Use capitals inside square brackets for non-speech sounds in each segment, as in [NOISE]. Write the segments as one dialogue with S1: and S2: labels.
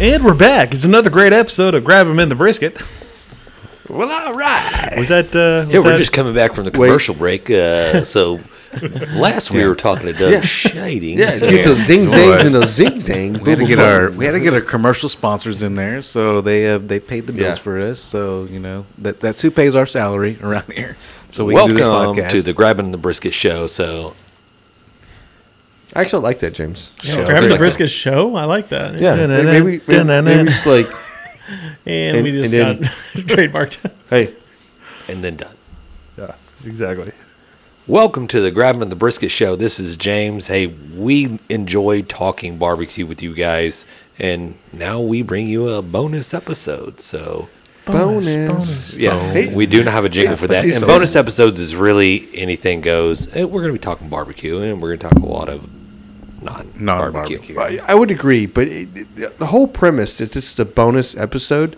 S1: And we're back. It's another great episode of Grab 'em in the Brisket.
S2: Well, all right.
S1: Was that? Uh, was
S3: Yeah, we're
S1: that-
S3: just coming back from the commercial
S2: [LAUGHS]
S3: break. Uh, so last we were talking to Doug
S2: Yeah.
S3: Shading.
S2: Yeah,
S3: so-
S2: get those zing zangs
S4: Boys.
S2: and those zing zangs.
S4: We had to get our we had to get our commercial sponsors in there, so they have they paid the bills
S2: Yeah.
S4: for us. So you know that that's who pays our salary around [LAUGHS] here. So we can do
S3: Welcome
S4: this podcast.
S3: to the Grabbing the Brisket show. So
S2: I actually like that, James.
S1: Yeah,
S3: show.
S1: Grab 'em in the
S3: Second.
S1: Brisket show. I like that.
S2: Yeah, maybe, maybe, maybe, maybe just like,
S1: and we
S2: and-
S1: just
S2: and
S1: got [LAUGHS] trademarked.
S2: hey,
S3: and then done.
S1: Yeah, exactly.
S3: Welcome to the Grabbing the Brisket show. This is James. Hey, we enjoy talking barbecue with you guys, and now we bring you a bonus episode. So
S2: bonus.
S3: Yeah,
S2: Hey,
S3: we do not have a jingle
S2: yeah,
S3: for
S2: but
S3: that.
S2: these
S3: And
S2: songs-
S3: bonus episodes is really anything goes. Eh, We're going to be talking barbecue, and we're going to talk a lot of non barbecue.
S4: Non-barbecue.
S2: I, I would agree, but it, it- the whole premise is this is a bonus episode.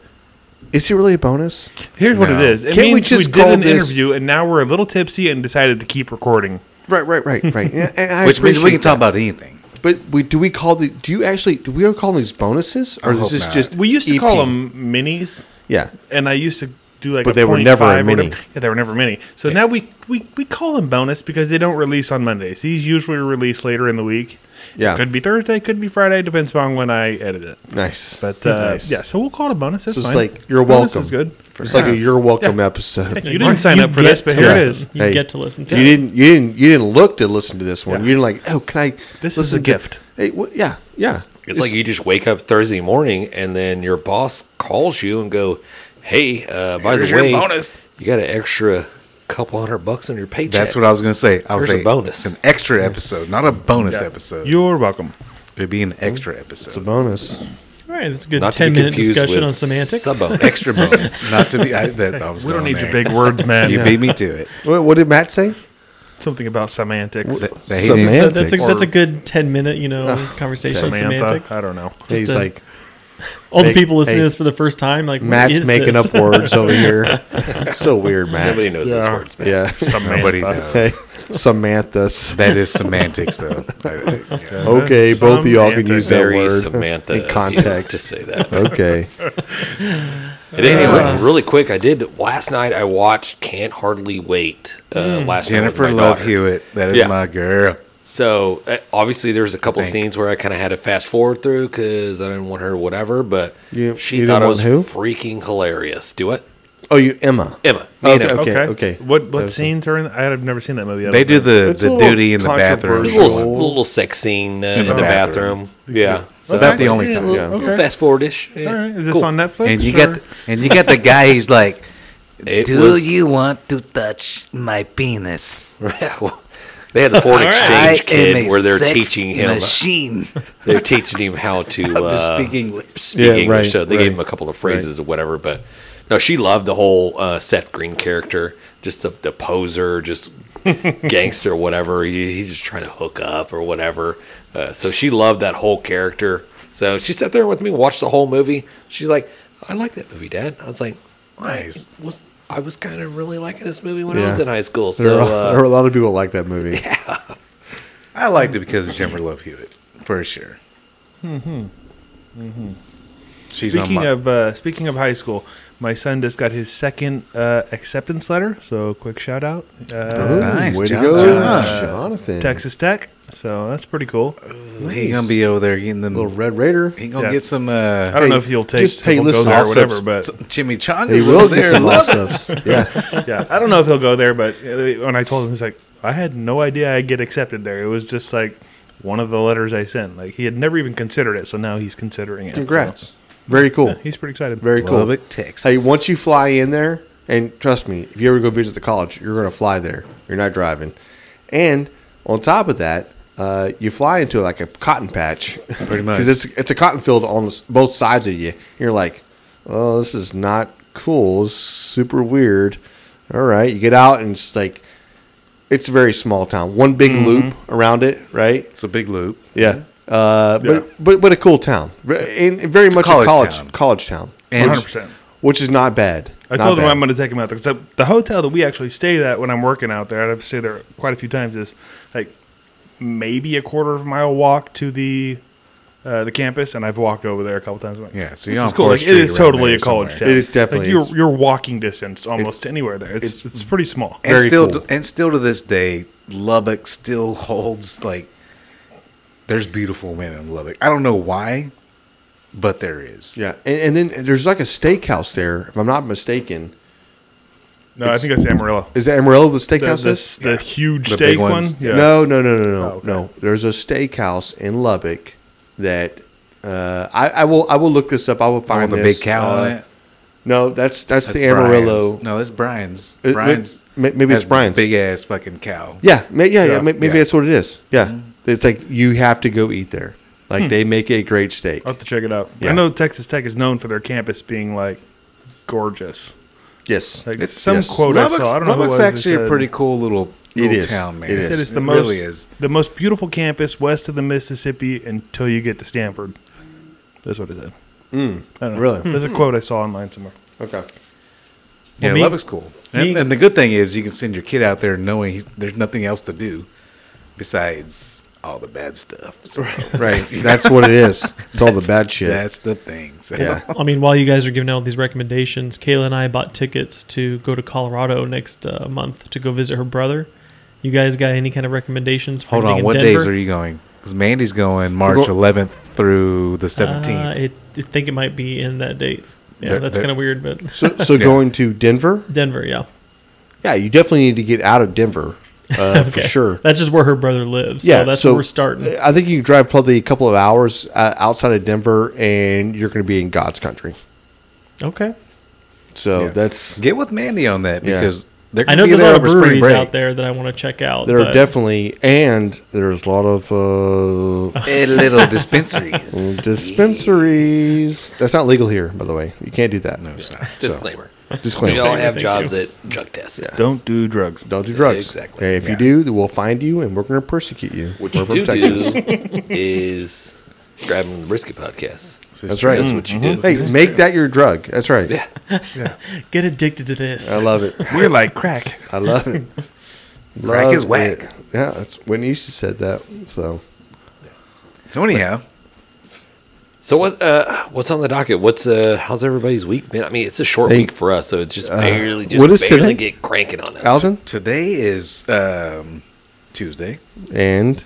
S2: Is it really a bonus?
S1: Here's what
S4: No.
S1: it is. It
S2: Can't we
S1: means we,
S2: just
S1: did
S2: call
S1: an
S2: this-
S1: interview, and now we're a little tipsy and decided to keep recording.
S2: Right, right, right, right. [LAUGHS] Yeah, and I
S4: which means we
S2: appreciate
S4: can talk
S2: that.
S4: about anything.
S2: But we, do we call the? Do you actually? Do we ever call these bonuses, or
S4: I
S2: is
S4: hope
S2: this
S4: not.
S2: just?
S1: We used to
S2: EP?
S1: call them minis,
S2: Yeah,
S1: and I used to do like.
S2: But
S1: a
S2: they were never a
S1: 0.5 or
S2: mini.
S1: whatever. Yeah, they were never mini. So now we, we we call them bonus because they don't release on Mondays. These usually release later in the week.
S2: Yeah.
S1: could be Thursday, could be Friday, depends upon when I edit it.
S2: nice.
S1: But uh,
S2: Nice.
S1: yeah, so we'll call it a bonus. That's
S2: So it's
S1: fine.
S2: like, you're
S1: Bonus
S2: welcome.
S1: Is good.
S2: it's like a you're welcome [LAUGHS] episode.
S1: You didn't sign up for this, but here it is.
S2: Hey.
S5: You get to listen to
S2: You
S5: it.
S2: didn't. You didn't. You didn't look to listen to this one.
S1: Yeah.
S2: You didn't like. Oh, can I?
S1: This is
S2: listen
S1: a
S2: to-
S1: gift.
S2: Hey, wh- yeah, yeah.
S3: It's like you just wake up Thursday morning, and then your boss calls you and go, "Hey, uh, by
S4: Here's
S3: the
S4: your
S3: way,
S4: bonus."
S3: you got an extra couple hundred bucks on your paycheck."
S4: That's what I was going to say. I was
S3: Here's a
S4: say,
S3: bonus.
S4: it's an extra episode, not a bonus
S1: Yeah.
S4: episode.
S1: You're welcome.
S4: It'd be an extra
S2: It's a
S4: episode,
S2: bonus.
S5: All right, that's a good
S3: Not to be
S5: 10 minute
S3: confused
S5: discussion
S3: with
S5: on semantics.
S3: sub-bonus. [LAUGHS]
S4: [LAUGHS] extra bonus, not to be. I, that, I was
S1: We don't
S4: going
S1: need your
S4: there.
S1: big words,
S2: [LAUGHS]
S1: man.
S4: You beat me
S3: [LAUGHS]
S4: to it.
S2: What, what did Matt say?
S1: Something about semantics.
S2: What-
S4: They hate me.
S5: So that's, a,
S2: Semantics.
S5: that's a good 10 minute, you know, conversation on
S1: Samantha.
S5: semantics.
S1: I don't know.
S2: He's
S5: a-
S2: like
S5: All the
S2: Big-
S5: people listening
S2: hey,
S5: to this for the first time, like, what
S2: Matt's
S5: is
S2: making
S5: this?
S2: up [LAUGHS] words over here. so weird, Matt.
S3: Nobody knows those
S1: Yeah.
S3: words, man. [LAUGHS]
S2: Yeah.
S1: Samantha.
S4: [LAUGHS] Nobody knows.
S2: Hey, Samantha's.
S4: That is semantics,
S3: [LAUGHS]
S4: though. I- I- yeah.
S2: Okay, both of y'all can
S1: Samantha.
S2: use that
S3: Very
S2: word
S3: Samantha
S2: in
S3: of you to
S2: context. [LAUGHS]
S3: say that.
S2: Okay.
S3: At any rate, really quick, I did last night. I watched "Can't Hardly Wait" uh, last night.
S4: Jennifer
S3: with my
S4: Love
S3: daughter.
S4: Hewitt. That is
S3: Yeah.
S4: my girl.
S3: So uh, obviously, there's a couple
S4: Thank.
S3: scenes where I kind of had to fast forward through because I didn't want her, whatever. But
S2: You-
S3: she
S2: you
S3: thought
S2: didn't
S3: I
S2: want
S3: was
S2: who?
S3: freaking hilarious. Do it,
S2: Oh, you Emma.
S3: Emma. Me and
S2: Okay,
S3: Emma.
S1: Okay.
S2: okay.
S1: What what
S2: That's-
S1: scenes are in? I have never seen that movie. I
S4: They
S1: don't
S4: do
S1: know.
S4: the,
S2: It's a
S4: the
S2: little
S4: duty in the bathroom.
S3: There's a
S2: controversial.
S3: little, little sex scene uh, in, the,
S4: the
S3: bathroom.
S4: bathroom.
S3: Yeah. So
S4: About the only time.
S2: Yeah.
S1: Okay.
S3: Fast forward ish.
S1: All right. Is this on Netflix?
S4: And you
S1: or-
S4: got the, and you got the guy. He's [LAUGHS] like,
S3: It
S4: "Do
S3: was-
S4: you want to touch my
S3: [LAUGHS]
S4: penis?"
S3: they had the Ford
S4: I
S3: Exchange
S4: am
S3: kid
S4: a
S3: where they're
S4: sex
S3: teaching him.
S4: machine.
S3: [LAUGHS] They're teaching him
S4: [LAUGHS]
S3: how to uh,
S4: to speak English.
S3: speak
S2: Yeah,
S3: English.
S2: right,
S3: so they
S2: right,
S3: gave him a couple of phrases or whatever. But no, she loved the whole uh, Seth Green character, just the, the poser, just
S2: [LAUGHS]
S3: gangster, whatever. He, he's just trying to hook up or whatever. Uh, so she loved that whole character. So she sat there with me, watched the whole movie. She's like, "I like that movie, Dad." I was like, "Nice." Was I was kind of really liking this movie when I was
S2: Yeah.
S3: in high school.
S2: There,
S3: So
S2: are, there are a
S3: uh,
S2: lot of people like that movie.
S4: I liked it because of Jennifer Love Hewitt, for sure. Mm-hmm. Mm-hmm. She's
S1: Speaking
S4: on my,
S1: of uh, speaking of high school, my son just got his second uh, acceptance letter. So quick shout out,
S2: Ooh,
S1: uh,
S4: Nice,
S2: Oh, way
S4: John-
S2: to go,
S4: John.
S2: Jonathan.
S1: Texas Tech. So that's pretty cool.
S4: he gonna be over there getting them.
S2: little Red Raider.
S4: he gonna
S1: Yeah.
S4: get some.
S1: I
S4: Uh,
S1: don't
S2: Hey,
S1: know if you'll take
S2: just- hey,
S1: he'll go
S2: listen,
S1: there or
S2: I'll
S1: whatever,
S2: subs-
S1: but
S4: some chimichangas.
S2: He will
S4: over
S2: get
S4: there.
S2: some
S4: Love it.
S2: offsets. Yeah.
S1: yeah, I don't know if he'll go there. But uh, when I told him, he's like, I had no idea I'd get accepted there. It was just like one of the letters I sent. Like he had never even considered it, so now he's considering it. So,
S2: [LAUGHS] Congrats. Very cool.
S1: yeah, he's pretty excited.
S2: Very cool.
S4: Lubbock, Texas.
S2: Hey, once you fly in there, and trust me, if you ever go visit the college, you're going to fly there. You're not driving. And on top of that, uh, you fly into like a cotton patch, [LAUGHS]
S4: Pretty much.
S2: because it's it's a cotton field on s- both sides of you. And you're like, oh, this is not cool. This is super weird. All right, you get out and it's like, it's a very small town. One big loop around it, right?
S4: it's a big loop.
S2: Yeah. Uh,
S1: Yeah.
S2: but but but a cool town, Ve- and very much
S4: college
S2: a college
S4: town.
S2: college town,
S4: And-
S2: which-
S1: 100%.
S2: which is not bad.
S1: I
S2: Not
S1: told him
S2: bad.
S1: I'm going to take him out there. So the hotel that we actually stayed at when I'm working out there, and I've stayed there quite a few times, is like maybe a quarter of a mile walk to the uh, the campus, and I've walked over there a couple times. I'm like,
S4: Yeah, so
S1: this
S4: you're on
S1: is cool.
S4: Fourth
S1: Like, it
S4: Street
S1: is
S4: around
S1: totally
S4: there
S1: a college
S4: somewhere.
S1: town.
S2: It is definitely-
S1: Like, you're
S2: it's-
S1: you're walking distance almost to anywhere there. It's, it's
S4: it's-
S1: pretty small.
S4: and
S2: Very
S4: still,
S2: cool.
S4: and still to this day, Lubbock still [LAUGHS] holds like there's beautiful women in Lubbock. I don't know why, but there is.
S2: Yeah, and, and then there's like a steakhouse there, if I'm not mistaken.
S1: No, I think that's Amarillo.
S2: Is that Amarillo the
S1: The,
S2: steakhouse?
S1: the,
S2: is?
S1: the huge
S4: The big
S1: steak one.
S4: ones.
S1: Yeah.
S2: No, no, no, no, no,
S1: okay.
S2: no. There's a steakhouse in Lubbock that uh, I, I will I will look this up. I will
S4: Oh,
S2: find
S4: the
S2: this.
S4: big cow
S2: Uh,
S4: on it.
S2: No, that's that's, the
S4: Brian's.
S2: Amarillo.
S4: No, that's Brian's.
S2: It- it-
S4: Brian's.
S2: ma- maybe it's Brian's.
S4: Big ass fucking cow.
S2: Yeah, ma- yeah, yeah,
S1: Yeah.
S2: ma- Maybe
S4: Yeah.
S2: that's what it is. Yeah, it's like you have to go eat there. Like they make a great steak.
S1: I'll have to check it out.
S2: Yeah.
S1: I know Texas Tech is known for their campus being like gorgeous.
S2: Yes,
S1: Like
S4: It's-
S1: some
S2: yes.
S1: quote I
S4: Lubbock's,
S1: saw. I don't know who it was.
S4: Lubbock's
S1: that
S4: actually a
S1: said-
S4: pretty cool little, little
S2: is.
S4: town, man.
S2: It is.
S1: It is the
S4: It
S1: most
S4: really is.
S1: the most beautiful campus west of the Mississippi until you get to Stanford. That's what it said. I don't know.
S2: Mm, really?
S1: There's a quote I saw online somewhere.
S2: Okay.
S4: Yeah,
S5: Well, me-
S4: Lubbock's cool.
S5: me-
S4: and, and the good thing is you can send your kid out there knowing he's, there's nothing else to do besides all the bad stuff. So
S2: Right. That's what it is. It's all the
S5: [LAUGHS]
S2: bad shit.
S4: That's the thing. So
S2: yeah.
S5: [LAUGHS] I mean, while you guys are giving out these recommendations, Kayla and I bought tickets to go to Colorado next uh, month to go visit her brother. You guys got any kind of recommendations? For
S4: Hold
S5: anything
S4: on,
S5: in
S4: what
S5: Denver?
S4: days are you going? Because Mandy's going March
S2: go-
S4: 11th through the 17th.
S5: Uh, it, I think it might be in that date. Yeah,
S4: They're-
S5: that's
S4: they're-
S5: kind of weird, but
S2: So, so going to Denver?
S5: Denver, yeah,
S2: Yeah, you definitely need to get out of Denver uh, for
S5: Okay.
S2: sure. uh,
S5: That's just where her brother lives. so that's where we're starting.
S2: I think you can drive probably a couple of hours uh, outside of Denver, and you're going to be in God's country.
S5: Okay,
S2: So
S4: Yeah.
S2: that's
S4: Get with Mandy on that
S2: Yeah.
S4: because they're going
S5: I know
S4: to be
S5: there's a
S4: there
S5: lot of
S4: over spring
S5: breweries
S4: break.
S5: out there that I want to check out.
S2: there are
S5: but-
S2: definitely, and there's a lot of uh,
S4: Eh, little dispensaries.
S2: dispensaries. That's not legal here, by the way. You can't do that. No,
S4: it's
S5: [LAUGHS]
S4: not.
S3: Disclaimer. We
S2: Disclaimer.
S3: all
S5: Disclaimer,
S3: have
S5: thank
S3: jobs that drug test.
S1: Don't do drugs.
S2: Don't do drugs.
S3: Exactly.
S2: Okay, if you do, then we'll find you, and we're going to persecute you.
S3: What
S2: We're
S3: you
S2: from
S3: do
S2: Texas.
S3: do is grabbing the brisket podcast.
S2: That's
S5: Mm.
S2: right. Mm-hmm.
S3: That's what you do.
S2: Hey, make that your drug. That's right.
S3: Yeah.
S5: Get addicted to this.
S2: I love it.
S1: We're like crack.
S2: I love it.
S4: Crack
S2: Love
S4: is whack.
S2: it. Yeah, that's Whitney used to said that. So
S4: So anyhow,
S3: So what? Uh, what's on the docket? What's uh? How's everybody's week been? I mean, it's a short
S2: Hey,
S3: week for us, so it's just barely just
S2: what is
S3: barely
S2: today?
S3: get cranking on us.
S2: Alvin
S4: today is um, Tuesday
S2: and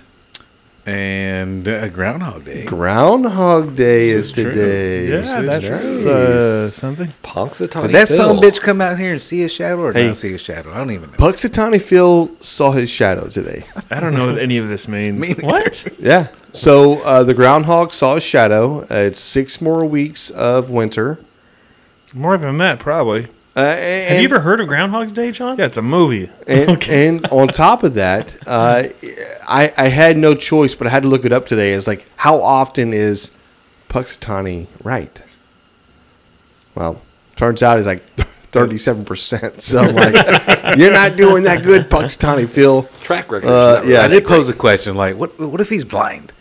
S4: and uh, Groundhog Day.
S2: Groundhog Day is [LAUGHS]
S5: true.
S2: today.
S1: Yeah,
S2: This is
S1: that's
S2: nice.
S1: uh, something.
S3: Punxsutawney
S4: Did that
S3: Phil.
S4: some bitch come out here and see a shadow or
S2: Hey.
S4: not see a shadow? I don't even know.
S2: Puxatani Phil saw his shadow today.
S1: I don't know what any of this means.
S4: Me-
S5: [LAUGHS] What?
S2: Yeah. So uh, the groundhog saw his shadow. Uh, it's six more weeks of winter.
S1: More than that, probably.
S2: Uh, and,
S5: Have you ever heard of Groundhog's Day, John?
S1: Yeah, it's a movie.
S2: And,
S5: Okay.
S2: and on top of that, uh, I, I had no choice, but I had to look it up today. It's like, how often is Puxatani right? Well, turns out he's like [LAUGHS] 37%. So I'm like, you're not doing that good, Puxatani Phil.
S3: track record?
S2: Uh, yeah.
S4: I did pose a question like, what What if he's blind?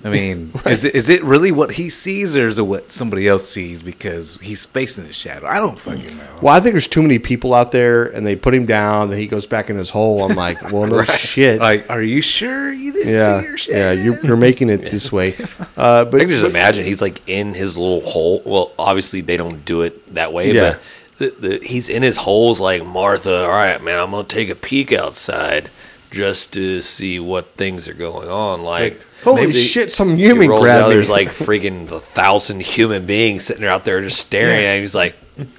S2: [LAUGHS]
S4: I mean, is, it, is it really what he sees or is it what somebody else sees because he's facing his shadow? I don't fucking know.
S2: Well, I think there's too many people out there, and they put him down, and he goes back in his hole. I'm like, well, no shit.
S4: Like, are you sure you didn't
S2: yeah,
S4: see your shadow?
S2: yeah, you're, you're making it this way. Uh, but
S3: I can just imagine he's like in his little hole. Well, obviously they don't do it that way,
S2: Yeah.
S3: but the, the, he's in his holes like Martha. All right, man, I'm gonna take a peek outside just to see what things are going on. Like,
S2: holy
S3: maybe
S2: shit, some
S3: he
S2: human
S3: rolls
S2: grabbed
S3: out,
S2: me.
S3: There's like freaking a thousand human beings sitting out there just staring at him. He's like,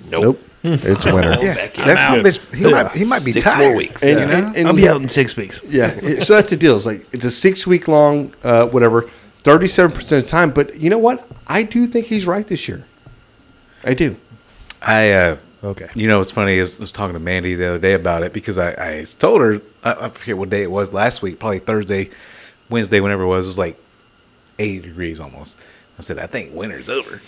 S3: nope. [LAUGHS]
S2: nope, it's winter.
S3: Roll
S4: yeah,
S3: back in.
S4: that's
S3: I'm
S4: some
S3: out.
S4: bitch. He, might, he might be
S3: Six
S4: tired.
S3: more weeks.
S2: And-
S3: you know?
S2: and- and-
S1: I'll be out in six weeks.
S2: Yeah. it- So that's the deal. It's like it's a six week long, uh, whatever, thirty seven percent of time. But you know what? I do think he's right this year. I do.
S4: I uh,
S1: Okay.
S4: You know what's funny is I was talking to Mandy the other day about it because I, I told her I, I forget what day it was last week, probably Thursday, Wednesday, whenever it was. It was like eighty degrees almost. I said I think winter's over,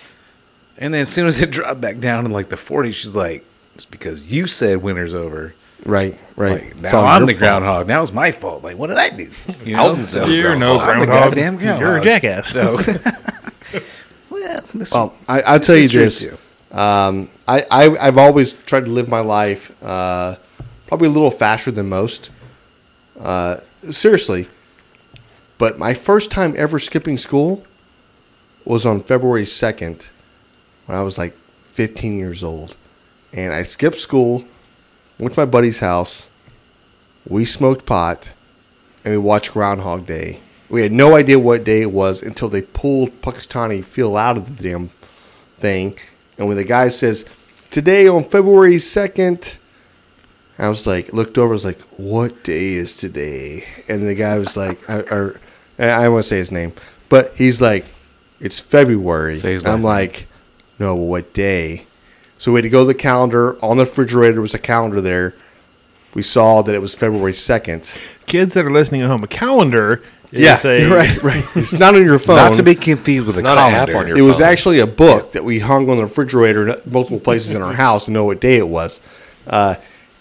S4: and then as soon as it [LAUGHS] dropped back down in like the forties, she's like, "It's because you said winter's over."
S2: Right. Right.
S4: Like,
S2: It's
S4: now
S2: all
S4: I'm
S2: your
S4: the
S2: fault.
S4: groundhog. Now it's my fault. Like, what did I do? You
S3: Alden's the
S1: You're no
S4: I'm the
S1: groundhog.
S4: goddamn groundhog.
S1: You're a jackass.
S4: So, [LAUGHS] well, this,
S2: Well, I, I'll tell you
S4: is true
S2: this.
S4: too.
S2: Um, I, I I've always tried to live my life uh, probably a little faster than most. Uh, seriously, but my first time ever skipping school, was on February 2nd when I was like 15 years old. And I skipped school, went to my buddy's house. We smoked pot and we watched Groundhog Day. We had no idea what day it was until they pulled Pakistani Phil out of the damn thing. And when the guy says, Today on February 2nd, I was like, looked over, I was like, what day is today? And the guy was like, I, or, I won't say his name, but he's like, it's February.
S4: Say his
S2: And I'm
S4: last name.
S2: like, no, well, what day? So we had to go to the calendar. On the refrigerator was a calendar there. We saw that it was February 2nd.
S1: Kids that are listening at home, a calendar is
S2: yeah,
S1: a
S2: [LAUGHS] right, right. It's not on your phone.
S4: Not to be confused with
S3: It's
S4: a
S3: not an app
S4: calendar.
S3: on your
S2: it was
S3: phone.
S2: actually a book that we hung on the refrigerator in multiple places [LAUGHS] in our house to know what day it was. Uh,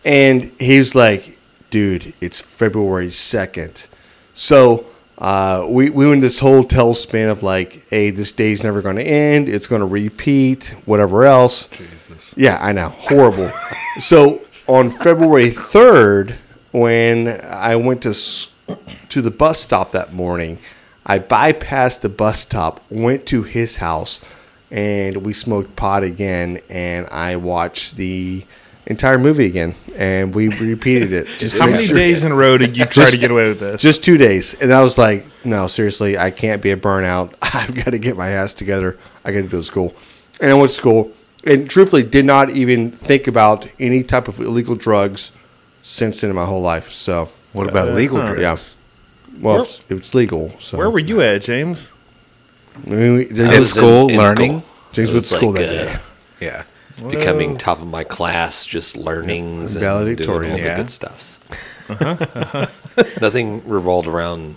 S2: and he was like, dude, it's February 2nd. So uh, we, we went in this whole tailspin of like, hey, this day's never going to end. It's going to repeat, whatever else. Jesus. Yeah, I know. Horrible. so on February 3rd, when I went to s- to the bus stop that morning. I bypassed the bus stop, went to his house, and we smoked pot again. And I watched the entire movie again, and we repeated it. Just to
S1: How
S2: make
S1: many
S2: sure-
S1: days in a row did you try to get away with this?
S2: Just two days, and I was like, "No, seriously, I can't be a burnout. [LAUGHS] I've got to get my ass together. I got to go to school." And I went to school, and truthfully, did not even think about any type of illegal drugs since then in my whole life. So,
S4: What about legal
S1: huh.
S4: drugs?
S2: yeah. Well,
S1: Where-
S2: it's, it's legal. So
S1: where were you at, James?
S2: I mean, we-
S3: I
S2: there-
S4: At
S3: was
S4: school, learning?
S2: James
S3: It
S2: went to
S3: was
S2: school
S3: like,
S2: that
S3: uh,
S2: day.
S4: Yeah.
S3: Becoming top of my class, just learnings and
S2: Valedictorian.
S3: doing all
S4: Yeah.
S3: the good stuffs. [LAUGHS] Nothing revolved around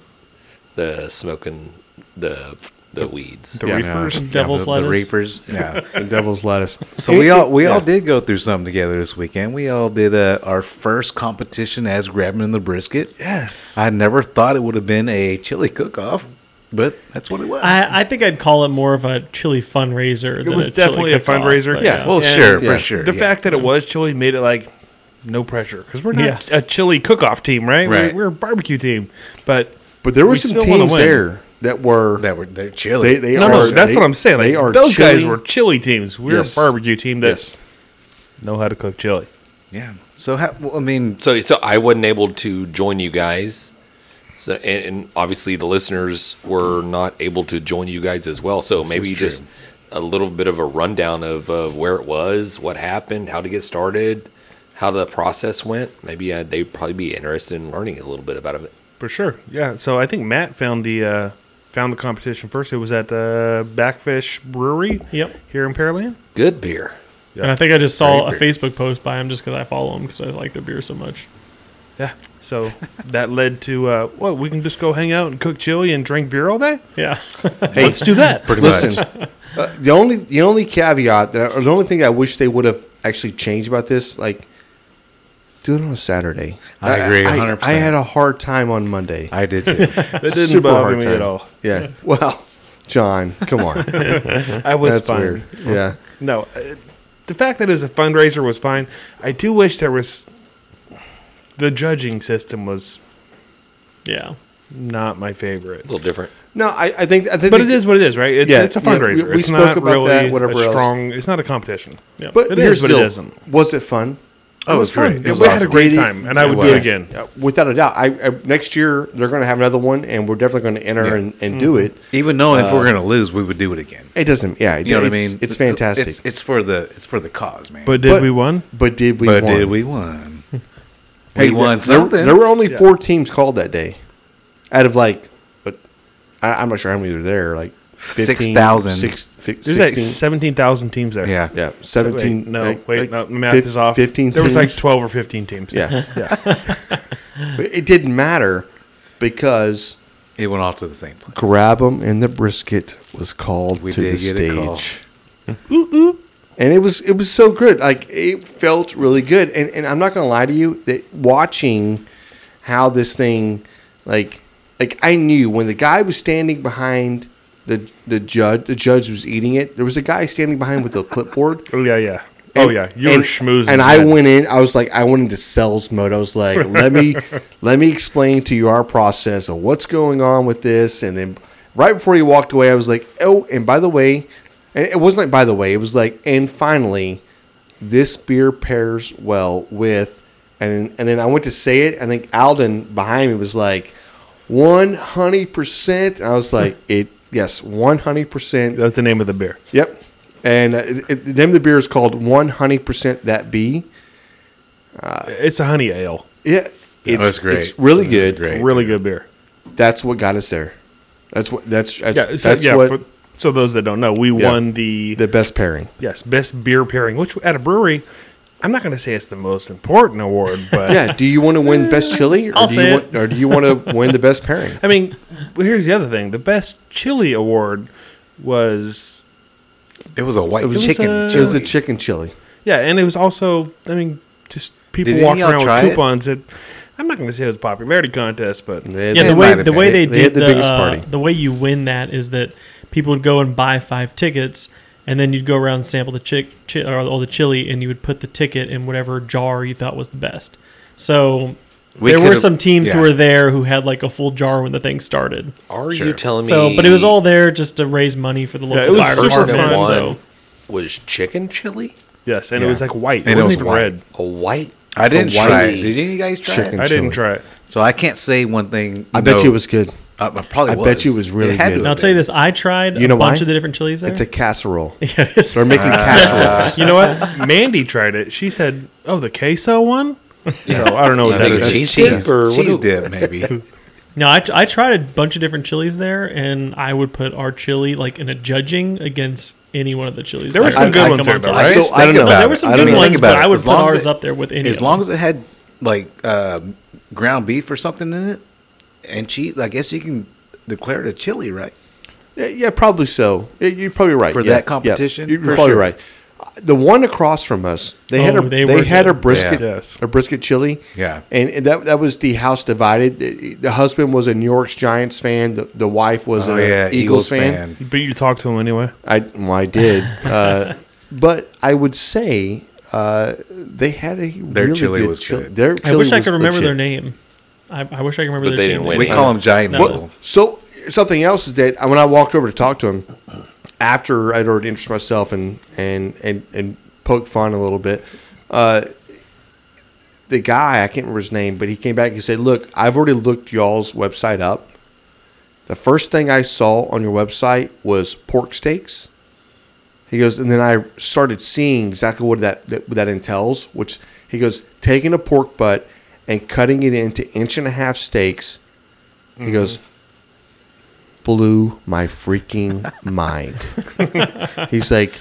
S3: the smoking the the weeds.
S1: The
S2: Yeah,
S1: reefers?
S4: Yeah,
S5: Devil's
S4: the,
S5: lettuce.
S4: The reapers. Yeah.
S2: The Devil's Lettuce.
S4: So we all we
S2: Yeah.
S4: all did go through something together this weekend. We all did uh, our first competition as grabbing the brisket.
S1: Yes.
S4: I never thought it would have been a chili cook-off, but that's what it was.
S5: I, I think I'd call it more of a chili fundraiser.
S1: It was definitely a fundraiser.
S5: yeah.
S4: well,
S1: And
S4: sure,
S2: yeah.
S4: for sure.
S1: the
S4: yeah.
S1: fact that it was chili made it like no pressure because we're not a chili cook-off team, right?
S4: Right.
S1: We're, we're a barbecue team, but
S2: But there were
S1: We
S2: some
S1: still wanna
S2: teams
S1: win.
S2: there that were
S4: that were they're chili.
S2: they they
S1: no,
S2: are.
S1: no, that's
S2: they-
S1: what I'm saying. Like,
S2: they are
S1: those guys
S2: chili-
S1: were chili teams. We're
S2: Yes.
S1: a barbecue team that
S2: yes.
S1: know how to cook chili.
S4: yeah. So how, well, I mean,
S3: So so I wasn't able to join you guys. So and, and obviously the listeners were not able to join you guys as well. So maybe
S4: is true.
S3: just a little bit of a rundown of, of where it was, what happened, how to get started, how the process went. Maybe uh, they'd probably be interested in learning a little bit about it.
S1: For sure. Yeah. So I think Matt found the uh, found the competition first. It was at the Backfish Brewery.
S5: Yep.
S1: Here in Pearland.
S3: Good beer.
S5: And I think I just saw a
S3: Very weird.
S5: Facebook post by him just because I follow him because I like their beer so much.
S1: Yeah. So [LAUGHS] that led to uh, what we can just go hang out and cook chili and drink beer all day.
S5: Yeah. [LAUGHS]
S2: Hey,
S1: Let's do that.
S4: pretty
S2: listen. [LAUGHS] uh, the only the only caveat that I- or the only thing I wish they would have actually changed about this, like, do it on a Saturday.
S4: I agree,
S2: I,
S4: 100%.
S2: I had a hard time on Monday.
S4: I did too.
S1: That didn't
S2: Super
S1: bother
S2: hard
S1: me
S2: time.
S1: at all. [LAUGHS]
S2: Yeah. Well, John, come on.
S1: I was
S2: that's
S1: fine.
S2: weird. Yeah.
S1: No, uh, the fact that it was a fundraiser was fine. I do wish there was the judging system was
S5: yeah.
S1: not my favorite.
S3: A little different.
S2: No, I, I think I think
S1: But it is what it is, right? It's,
S2: Yeah,
S1: it's a
S2: yeah, we-
S1: fundraiser.
S2: we
S1: it's
S2: spoke
S1: not
S2: about
S1: really
S2: that, whatever
S1: a
S2: else.
S1: strong. It's not a competition.
S5: Yeah.
S2: But
S1: It
S2: it is,
S1: is, but it
S2: still,
S1: isn't.
S2: Was it fun?
S4: Oh, it was
S1: fun.
S4: great. It was
S1: we had
S4: awesome.
S1: a great time, and I
S4: It
S1: would do
S4: was.
S1: it again.
S2: Uh, without a doubt. I, I next year they're going to have another one, and we're definitely going to enter
S4: Yeah.
S2: and,
S1: Mm-hmm.
S2: and do it.
S4: Even knowing if we're gonna lose, we would do it again.
S2: It doesn't. Yeah, it,
S4: You know what I
S2: it's-
S4: mean?
S2: It's fantastic.
S4: It's, it's for the it's for the cause, man.
S1: But did
S2: But-
S1: we won?
S2: but did we?
S4: but
S2: won?
S4: did we
S5: [LAUGHS]
S4: won?
S2: Hey,
S4: we
S2: there,
S4: won something.
S2: There were only four teams called that day, out of like, but I, I'm not sure how many were there. Like 15,
S4: 6,000.
S2: six- fi-
S1: There's like
S2: 16.
S1: seventeen thousand teams there.
S4: yeah,
S2: yeah, seventeen.
S1: Wait, no,
S2: like-
S1: wait,
S2: like
S1: no, the math
S2: fif-
S1: is off.
S2: Fifteen.
S1: There was like
S2: teams.
S1: twelve or fifteen teams.
S2: yeah,
S1: [LAUGHS] yeah.
S2: But it didn't matter because
S4: It went off to the same place.
S2: grab 'em and the brisket was called
S4: We
S2: to the
S4: did get a call.
S2: stage. and it was it was so good. Like it felt really good. And and I'm not gonna lie to you that watching how this thing like like I knew when the guy was standing behind the the judge the judge was eating it. There was a guy standing behind with a clipboard.
S1: Oh yeah, yeah. Oh yeah, you were schmoozing.
S2: And I
S1: man.
S2: went in. I was like, I went into sales mode. I
S1: [LAUGHS]
S2: was like, let me let me explain to you our process of what's going on with this, and then Right before he walked away, I was like, oh, and by the way, and it wasn't like by the way, it was like, and finally, this beer pairs well with, and and then I went to say it, and then Alden behind me was like, one hundred percent. I was
S1: [LAUGHS]
S2: like, it yes, one hundred percent.
S1: That's the name of the beer.
S2: Yep. And uh, it, it, the name of the beer is called one hundred percent that bee.
S1: It's a honey ale.
S2: Yeah, it's,
S4: that's great.
S2: It's really
S4: That's
S2: good.
S4: great.
S1: really good beer.
S2: That's what got us there. That's what. That's that's,
S1: Yeah, so,
S2: that's
S1: yeah,
S2: what
S1: for, so those that don't know, we
S2: Yeah.
S1: won the,
S2: the best pairing.
S1: yes best beer pairing, which at a brewery, I'm not going to say it's the most important award, but
S2: Yeah. Do you want to win best chili, or
S5: I'll
S2: do
S5: say
S2: you
S5: it.
S2: want, or do you want to win the best
S5: [LAUGHS]
S2: pairing?
S1: I mean, well, here's the other thing: the best chili award was
S4: It was a white
S1: It was,
S4: chicken.
S1: uh,
S2: It was a
S4: chili.
S2: chicken chili.
S1: yeah, and it was also I mean, just people
S4: Did any
S1: walking
S4: of y'all
S1: around
S4: try
S1: with
S4: it?
S1: coupons. That I'm not going to say it was a popularity contest, but
S2: They-
S5: Yeah,
S2: they
S5: the
S4: might
S5: way
S4: have
S5: the
S4: been.
S5: way they,
S2: They- they
S5: did
S2: had the
S5: the,
S2: biggest
S5: uh,
S2: party.
S5: the way you win that is that people would go and buy five tickets, and then you'd go around and sample the chick chi- or all the chili, and you would put the ticket in whatever jar you thought was the best. So
S4: We
S5: there were
S4: could've-
S5: some teams who
S4: yeah.
S5: were there who had like a full jar when the thing started.
S3: Are
S4: Sure.
S3: you telling me?
S5: So, but it was all there just to raise money for the
S1: it
S5: local
S1: was
S5: fire
S1: super
S5: department.
S1: fun.
S5: So
S3: was chicken chili
S1: yes, and it
S4: Yeah.
S1: was like white. It
S4: And it
S1: wasn't
S4: was
S1: even
S4: white.
S1: red.
S3: a white?
S4: I didn't
S3: a white-
S4: try it. Did any of you guys try
S2: Chicken.
S4: it?
S1: I
S2: chili.
S1: didn't try it.
S4: So I can't say one thing.
S2: I bet
S4: no. Uh,
S2: you it was good.
S4: I, I probably.
S2: I
S4: was.
S2: bet you it was really
S4: had to
S2: good.
S5: and
S4: have
S5: I'll tell you
S4: been.
S5: this: I tried
S2: You know
S5: a bunch
S2: why?
S5: of the different chilies there.
S2: It's
S5: [LAUGHS]
S2: a casserole.
S5: yeah, it is.
S2: They're making casserole.
S1: You know what? [LAUGHS] Mandy tried it. She said, "Oh, the queso one." So I don't know what
S3: Yeah,
S1: that
S3: I
S1: is.
S3: think
S4: cheese,
S3: Cheese dip
S4: cheese,
S3: or what
S4: cheese
S3: do-
S4: dip,
S5: [LAUGHS]
S4: maybe.
S5: No, I, I tried a bunch of different chilies there, and I would put our chili like in a judging against any one of the chilies.
S1: There were
S5: Like,
S1: some
S5: I'd
S1: good
S5: like
S1: ones
S5: them
S1: there,
S5: on
S1: though,
S5: top.
S1: right?
S5: I-
S4: still- I
S2: don't
S4: don't
S2: know.
S4: know.
S5: There were some
S2: I don't
S5: good
S2: know.
S5: ones,
S4: Think
S5: but
S4: about it.
S5: I would
S4: As
S5: put
S4: long as
S5: ours
S4: it-
S5: up there with any.
S4: as
S5: of
S4: long
S5: them.
S4: as it had like uh, ground beef or something in it and cheese. I guess you can declare it a chili, right?
S2: Yeah, yeah, probably so. Yeah, you're probably right
S4: For
S2: Yeah,
S4: that
S2: yeah.
S4: competition?
S2: You're
S4: For
S2: probably
S4: sure.
S2: right. The one across from us, they had
S5: Oh,
S2: a they,
S5: they were
S2: had a
S5: good.
S2: brisket
S1: Yeah. Yes.
S2: a brisket chili.
S4: Yeah.
S2: and, and that that was the house divided. The, the husband was a New York Giants fan. The, the wife was
S4: Oh
S2: a
S4: yeah,
S2: Eagles, fan.
S1: But you talked to him anyway.
S2: I well, I did, uh, [LAUGHS] but I would say uh, they had a
S4: Their
S2: really
S4: chili
S2: good
S4: was
S2: chili.
S4: good.
S2: Their
S5: I wish I
S2: was
S5: could remember
S2: legit.
S5: their name. I, I wish I could remember
S3: But
S5: their
S3: they
S5: team
S3: didn't
S5: name.
S3: win.
S4: We call them giant
S5: No.
S4: people.
S2: So something else is that uh, when I walked over to talk to him after I'd already introduced myself and and and and poked fun a little bit, uh, the guy I can't remember his name, but he came back and said, "Look, I've already looked y'all's website up. The first thing I saw on your website was pork steaks." He goes, and then I started seeing exactly what that that, what that entails. Which he goes, taking a pork butt and cutting it into inch and a half steaks. He
S1: Mm-hmm.
S2: goes, blew my freaking
S1: [LAUGHS]
S2: mind. He's like,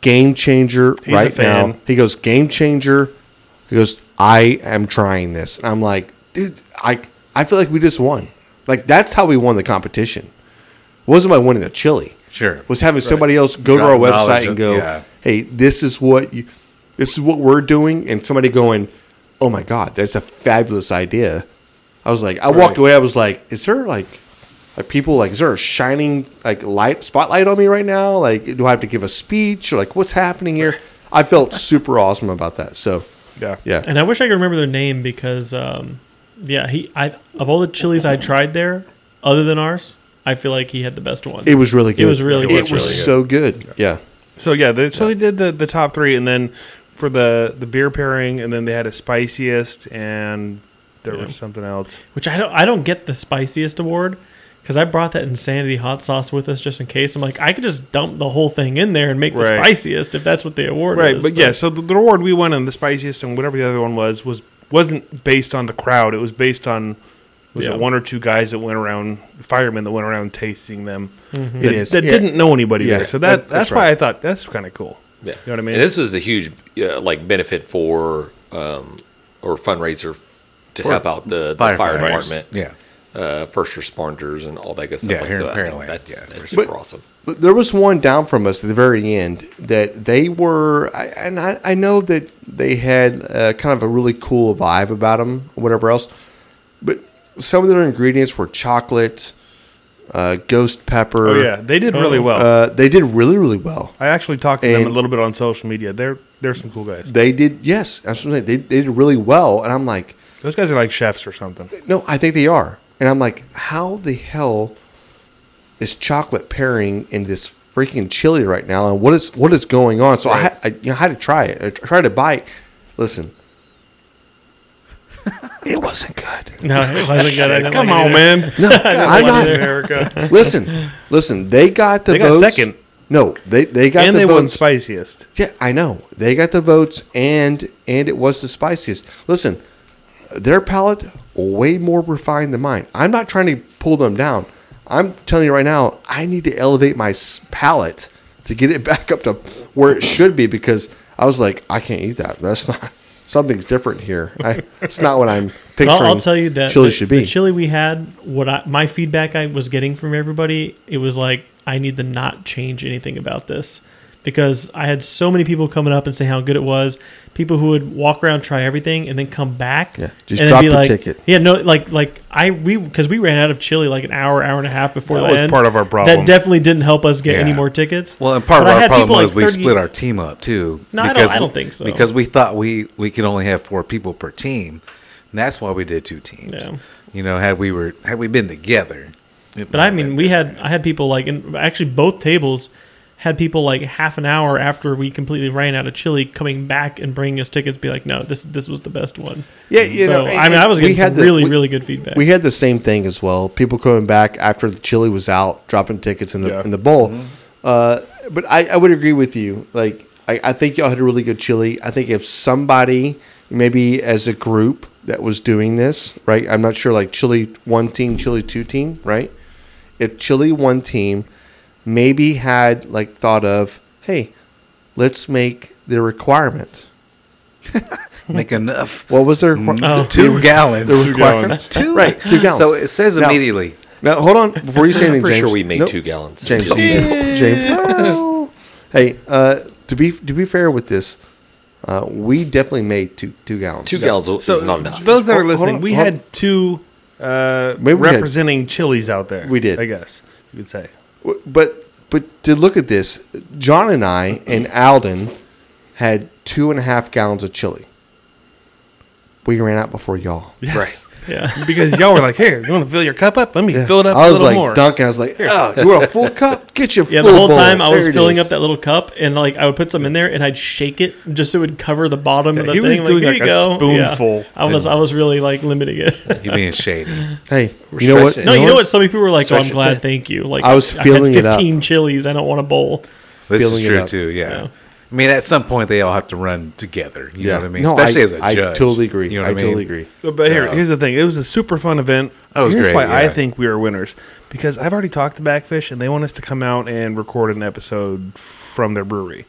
S2: game changer
S1: He's a
S2: right
S1: fan.
S2: now. He goes, game changer. He goes, I am trying this. And I'm like, dude, I I feel like we just won. Like that's how we won the competition. It wasn't by winning the chili
S4: Sure.
S2: was having somebody else go
S4: Drop
S2: to our
S4: knowledge
S2: website and
S4: of-
S2: go,
S4: yeah.
S2: "Hey, this is what you, this is what we're doing," and somebody going, "Oh my god, that's a fabulous idea." I was like, I walked away. I was like, "Is there like, like people like, is there a shining like light spotlight on me right now? Like, do I have to give a speech or like what's happening here?" I felt super awesome about that. So
S1: Yeah.
S2: yeah,
S5: And I wish I could remember their name because, um, yeah, he. I of all the chilies I tried there, other than ours, I feel like he had the best one.
S2: it was really good.
S5: It was really
S2: It
S5: good.
S2: was so good. Yeah.
S1: So yeah, they, so they did the, the top three, and then for the the beer pairing, and then they had a spiciest, and there
S5: Yeah.
S1: was something else.
S5: which I don't I don't get the spiciest award because I brought that insanity hot sauce with us just in case. I'm like I could just dump the whole thing in there and make the
S1: Right.
S5: spiciest if that's what the award
S1: Right,
S5: is.
S1: but yeah, so the, the award we won on the spiciest and whatever the other one was was wasn't based on the crowd. It was based on was
S5: Yeah.
S1: it one or two guys that went around, firemen that went around tasting them.
S2: It
S1: That,
S2: is.
S1: that
S2: Yeah.
S1: didn't know anybody
S2: Yeah,
S1: there. So
S2: that-
S1: that,
S2: that's
S1: that's, why
S2: right.
S1: I thought that's kind of cool.
S3: Yeah,
S1: You know what I mean?
S3: And this was a huge uh, like benefit for um, or fundraiser to help out the, the fire,
S4: Firefighters.
S3: department,
S4: Yeah.
S3: uh, first responders, and all that good stuff.
S4: Yeah,
S3: like
S4: here in
S3: that.
S4: Pearland,
S3: That's,
S4: yeah.
S3: that's super
S2: But-
S3: awesome.
S2: But There was one down from us at the very end that they were, I- and I, I know that they had uh, kind of a really cool vibe about them, whatever else. But some of their ingredients were chocolate, uh, ghost pepper.
S1: oh yeah, they did really
S5: Oh.
S1: well.
S2: Uh, they did really, really well.
S1: I actually talked to them a
S2: and-
S1: little bit on social media. They're they're some cool guys.
S2: They did, yes, that's what I'm saying. They, they did really well. And I'm like,
S1: Those guys are like chefs or something.
S2: no, I think they are. And I'm like, how the hell is chocolate pairing in this freaking chili right now, and what is what is going on? So I, had, I, you know, had to try it. I tried to bite. Listen, it wasn't good.
S5: [LAUGHS] No, it wasn't
S1: [LAUGHS]
S5: good. I didn't
S1: Come
S5: like it
S1: on,
S5: either.
S1: man. [LAUGHS]
S2: No, I'm
S1: Come on,
S2: not.
S1: America.
S2: Listen, listen. They got the
S1: They got
S2: votes.
S1: second.
S2: No, they they got
S1: and
S2: the
S1: they won
S2: votes.
S1: spiciest.
S2: Yeah, I know. They got the votes and and it was the spiciest. Listen, their palate way more refined than mine. I'm not trying to pull them down. I'm telling you right now, I need to elevate my s- palate to get it [LAUGHS] back up to where it should be because I was like, I can't eat that. That's not something's different here. I, it's not what I'm picturing.
S5: I'll, I'll tell you that
S2: chili
S5: the,
S2: should be.
S5: the chili we had. What I, my feedback I was getting from everybody, it was like I need to not change anything about this because I had so many people coming up and saying how good it was. People who would walk around, try everything, and then come back.
S2: Yeah, just
S5: and then
S2: drop
S5: be
S2: your
S5: like,
S2: ticket.
S5: Yeah, no, like like I we because we ran out of chili like an hour, hour and a half before
S1: That
S5: the
S1: was
S5: end.
S1: part of our problem.
S5: That definitely didn't help us get any
S4: Yeah.
S5: more tickets.
S4: Well, and part
S5: But I
S4: of our
S5: had
S4: problem
S5: people,
S4: was
S5: like,
S4: we
S5: 30
S4: split our team up too.
S5: No, I don't- I don't think so.
S4: Because we thought we we could only have four people per team, and that's why we did two teams.
S5: Yeah.
S4: You know, had we were had we been together. it
S5: But I
S4: might have
S5: mean,
S4: been
S5: we had
S4: different.
S5: I had people like, and actually both tables had people like half an hour after we completely ran out of chili coming back and bringing us tickets. Be like, no, this this was the best one.
S2: Yeah, you
S5: so,
S2: know,
S5: I mean, I was
S2: we
S5: getting
S2: had
S5: some
S2: the-
S5: really
S2: we-
S5: really good feedback.
S2: We had the same thing as well. People coming back after the chili was out, dropping tickets in the
S1: Yeah.
S2: in the bowl. Uh, but I, I would agree with you. Like I, I think y'all had a really good chili. I think if somebody, maybe as a group that was doing this, right? I'm not sure. Like chili one team, chili two team, right? If chili one team maybe had like thought of, hey, let's make the requirement.
S4: [LAUGHS] make enough.
S2: What was their requirement?
S5: Oh.
S4: Two gallons.
S2: The
S1: Two gallons.
S4: Two.
S2: Right, two gallons.
S4: [LAUGHS] So it says
S2: Now-
S4: immediately.
S2: Now hold on before you say anything.
S3: I'm pretty sure
S2: James.
S3: we made
S2: Nope.
S3: two gallons.
S2: James,
S3: Just-
S2: James. hey, uh, to be to be fair with this, uh, we definitely made two two gallons.
S3: two gallons is
S1: So
S3: not enough.
S1: those that are
S2: Hold- hold
S1: listening,
S2: on,
S1: we
S2: hold on.
S1: had two uh,
S2: Maybe we had-
S1: representing chilies out there.
S2: We did.
S1: I guess you could say.
S2: W- But but to look at this, John and I and Alden had two and a half gallons of chili. We ran out before y'all.
S1: Yes.
S5: yeah,
S2: [LAUGHS]
S1: because y'all were like, "Here, you want to fill your cup up? Let me fill it up
S2: I
S1: a
S2: was
S1: little
S2: like
S1: more."
S2: Duncan. I was like, oh, you want a full cup? Get your
S5: yeah.
S2: full
S5: The whole
S2: bowl.
S5: time I was
S2: There it
S5: filling
S2: is.
S5: up that little cup, and like I would put some in there, and I'd shake it just so it would cover the bottom of
S1: Yeah,
S5: the
S1: he
S5: thing.
S1: was
S5: like,
S1: doing,
S5: "Here
S1: like,
S5: you
S1: a
S5: go." Yeah.
S1: spoonful.
S5: I was I was really like limiting
S4: [LAUGHS]
S5: it.
S4: You being shady.
S2: Hey, you know what?
S3: stretching.
S5: no, you know what? Some people were like, "Oh,
S3: Stretch
S5: I'm
S3: it
S5: glad,
S3: thin.
S5: thank you." Like
S2: I was
S5: had
S2: feeling it up.
S5: 15 chilies. I don't want a bowl.
S4: This
S2: Feeling
S4: is
S2: it
S4: true
S2: up.
S4: too. Yeah.
S5: Yeah.
S4: I mean, at some point they all have to run together. You know what I mean?
S2: No,
S4: Especially as a
S2: I
S4: judge.
S2: totally agree.
S4: You know
S2: I,
S4: what mean?
S2: totally agree.
S1: But but here, here's the thing: it was a super fun event.
S4: That was
S1: here's
S4: great,
S1: why I
S4: yeah.
S1: think we were winners because I've already talked to Backfish, and they want us to come out and record an episode from their brewery.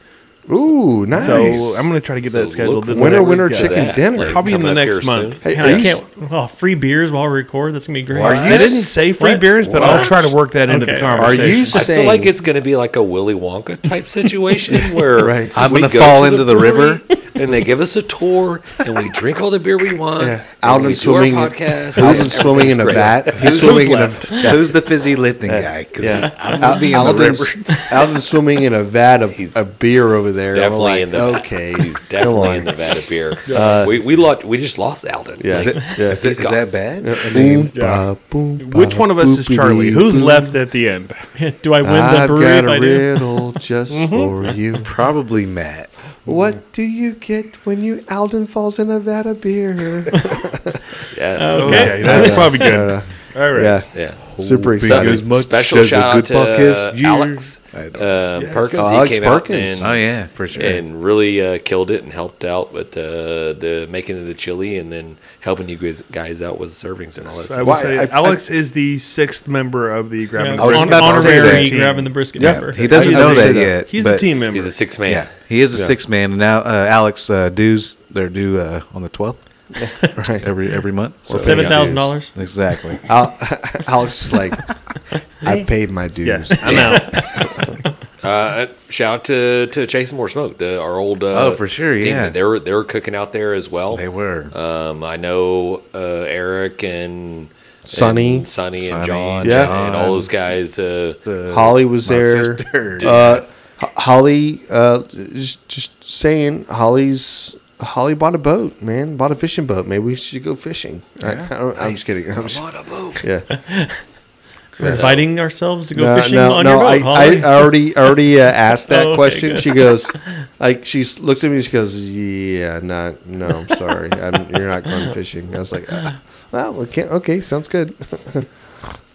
S2: Ooh, nice.
S1: So I'm going to try to get
S3: So
S1: that scheduled. in
S3: look
S1: the
S2: Winner,
S1: next-
S2: winner,
S1: yeah.
S2: chicken dinner.
S1: Probably in
S3: coming
S1: the
S3: up
S1: next
S3: here
S1: month.
S3: soon.
S2: hey,
S5: Man,
S2: are
S5: I
S2: you-
S5: can't. Oh, free beers while we record. That's gonna be great.
S1: I didn't say free
S5: What?
S1: beers, but I'll try to work that into the
S5: Okay.
S2: Are
S1: conversation.
S2: you
S3: I feel
S2: saying
S3: like it's going to be like a Willy Wonka
S2: [LAUGHS]
S3: type situation where
S2: Right.
S4: I'm
S3: we
S4: gonna
S3: go
S4: fall
S3: to
S4: into the river.
S3: brewery [LAUGHS] and they give us a tour and we drink all the beer we want.
S2: Yeah.
S3: and
S2: Alden
S3: we do our
S2: swimming.
S3: podcast.
S2: Alden swimming in a
S3: Everything's
S2: vat.
S3: great.
S2: He's swimming in a yeah.
S4: [LAUGHS] Who's the fizzy lifting guy? Because
S2: Yeah.
S4: I'm gonna be in the
S2: Alden's,
S4: river.
S2: [LAUGHS] Alden's swimming in a vat of a beer over there. and we're
S3: Definitely
S2: like,
S3: in the
S2: okay.
S3: [LAUGHS] He's
S2: come
S3: definitely
S2: on.
S3: in the vat of beer. Uh, we we lost. We just lost Alden.
S2: Yeah.
S4: [LAUGHS] Is, it,
S2: Yeah.
S4: is, it, is
S3: gone.
S4: that bad? I mean,
S2: Boom, Uh, ba, boom,
S1: Which
S2: ba,
S1: one of us is
S2: boopity
S1: Charlie? Who's
S2: boom.
S1: left at the end?
S5: [LAUGHS] Do I win the
S2: I've
S5: brewery
S2: got
S5: if
S2: a
S5: I do?
S1: [LAUGHS]
S2: riddle
S3: Mm-hmm.
S2: just for you.
S4: probably Matt.
S2: What do you get when you Alden falls in a vat of
S3: [LAUGHS]
S2: beer?
S3: Yes.
S1: Okay, that's probably good.
S2: Uh,
S1: All right.
S2: yeah,
S3: Yeah.
S2: super
S3: So,
S2: excited.
S3: [LAUGHS] special shout out to uh, Alex uh, Perkins.
S2: Oh,
S3: he
S2: Alex
S3: came
S2: Perkins.
S3: out and
S4: Oh yeah, for sure.
S3: and really uh, killed it and helped out with the the making of the chili and then helping you guys, guys out with servings and all that
S1: I
S3: stuff.
S1: would
S2: Why-
S1: say
S2: I- I-
S1: Alex is the sixth member of the
S5: Yeah.
S1: Grabbing
S4: I was
S1: Brisket
S4: just about to say
S5: honorary
S4: that.
S5: grabbing the brisket member.
S4: he doesn't
S1: I
S4: know
S1: didn't
S4: that
S1: say
S4: yet.
S1: He's a
S4: but-
S1: team member.
S3: He's a six man.
S4: Yeah, he is a six man. And now uh, Alex uh, dues they're due uh, on the twelfth
S2: [LAUGHS] Right.
S4: every every month. So,
S5: Seven thousand dollars.
S2: [LAUGHS]
S4: yeah. Exactly.
S2: Al- Alex is like, I paid my dues.
S1: Yes, I'm out.
S3: Uh, shout out to to Chase and More Smoke, the, our old uh,
S4: Oh, for sure,
S3: team.
S4: yeah.
S3: they were they were cooking out there as well.
S4: They were.
S3: Um, I know uh, Eric and
S2: Sonny.
S3: and Sonny, and
S4: Sonny,
S3: John,
S2: Yeah.
S3: and all those guys. Uh,
S2: Holly was
S4: My
S2: there. [LAUGHS]
S4: sister.
S2: Uh, Ho- Holly, uh, just, just saying, Holly's Holly bought a boat, man, bought a fishing boat. Maybe we should go fishing. I, I don't, I'm just kidding. I'm just-
S3: What a move.
S2: yeah,
S5: We're inviting ourselves to [LAUGHS] go
S2: no,
S5: fishing
S2: no,
S5: on
S2: no,
S5: your boat,
S2: I,
S5: Holly.
S2: I already I already uh, asked that
S5: Oh, [LAUGHS] okay,
S2: question.
S5: good.
S2: She goes, like she s- looks at me. She goes, yeah, not no. I'm sorry, I'm, you're not going fishing. I was like, ah, well, okay, okay, sounds good. [LAUGHS]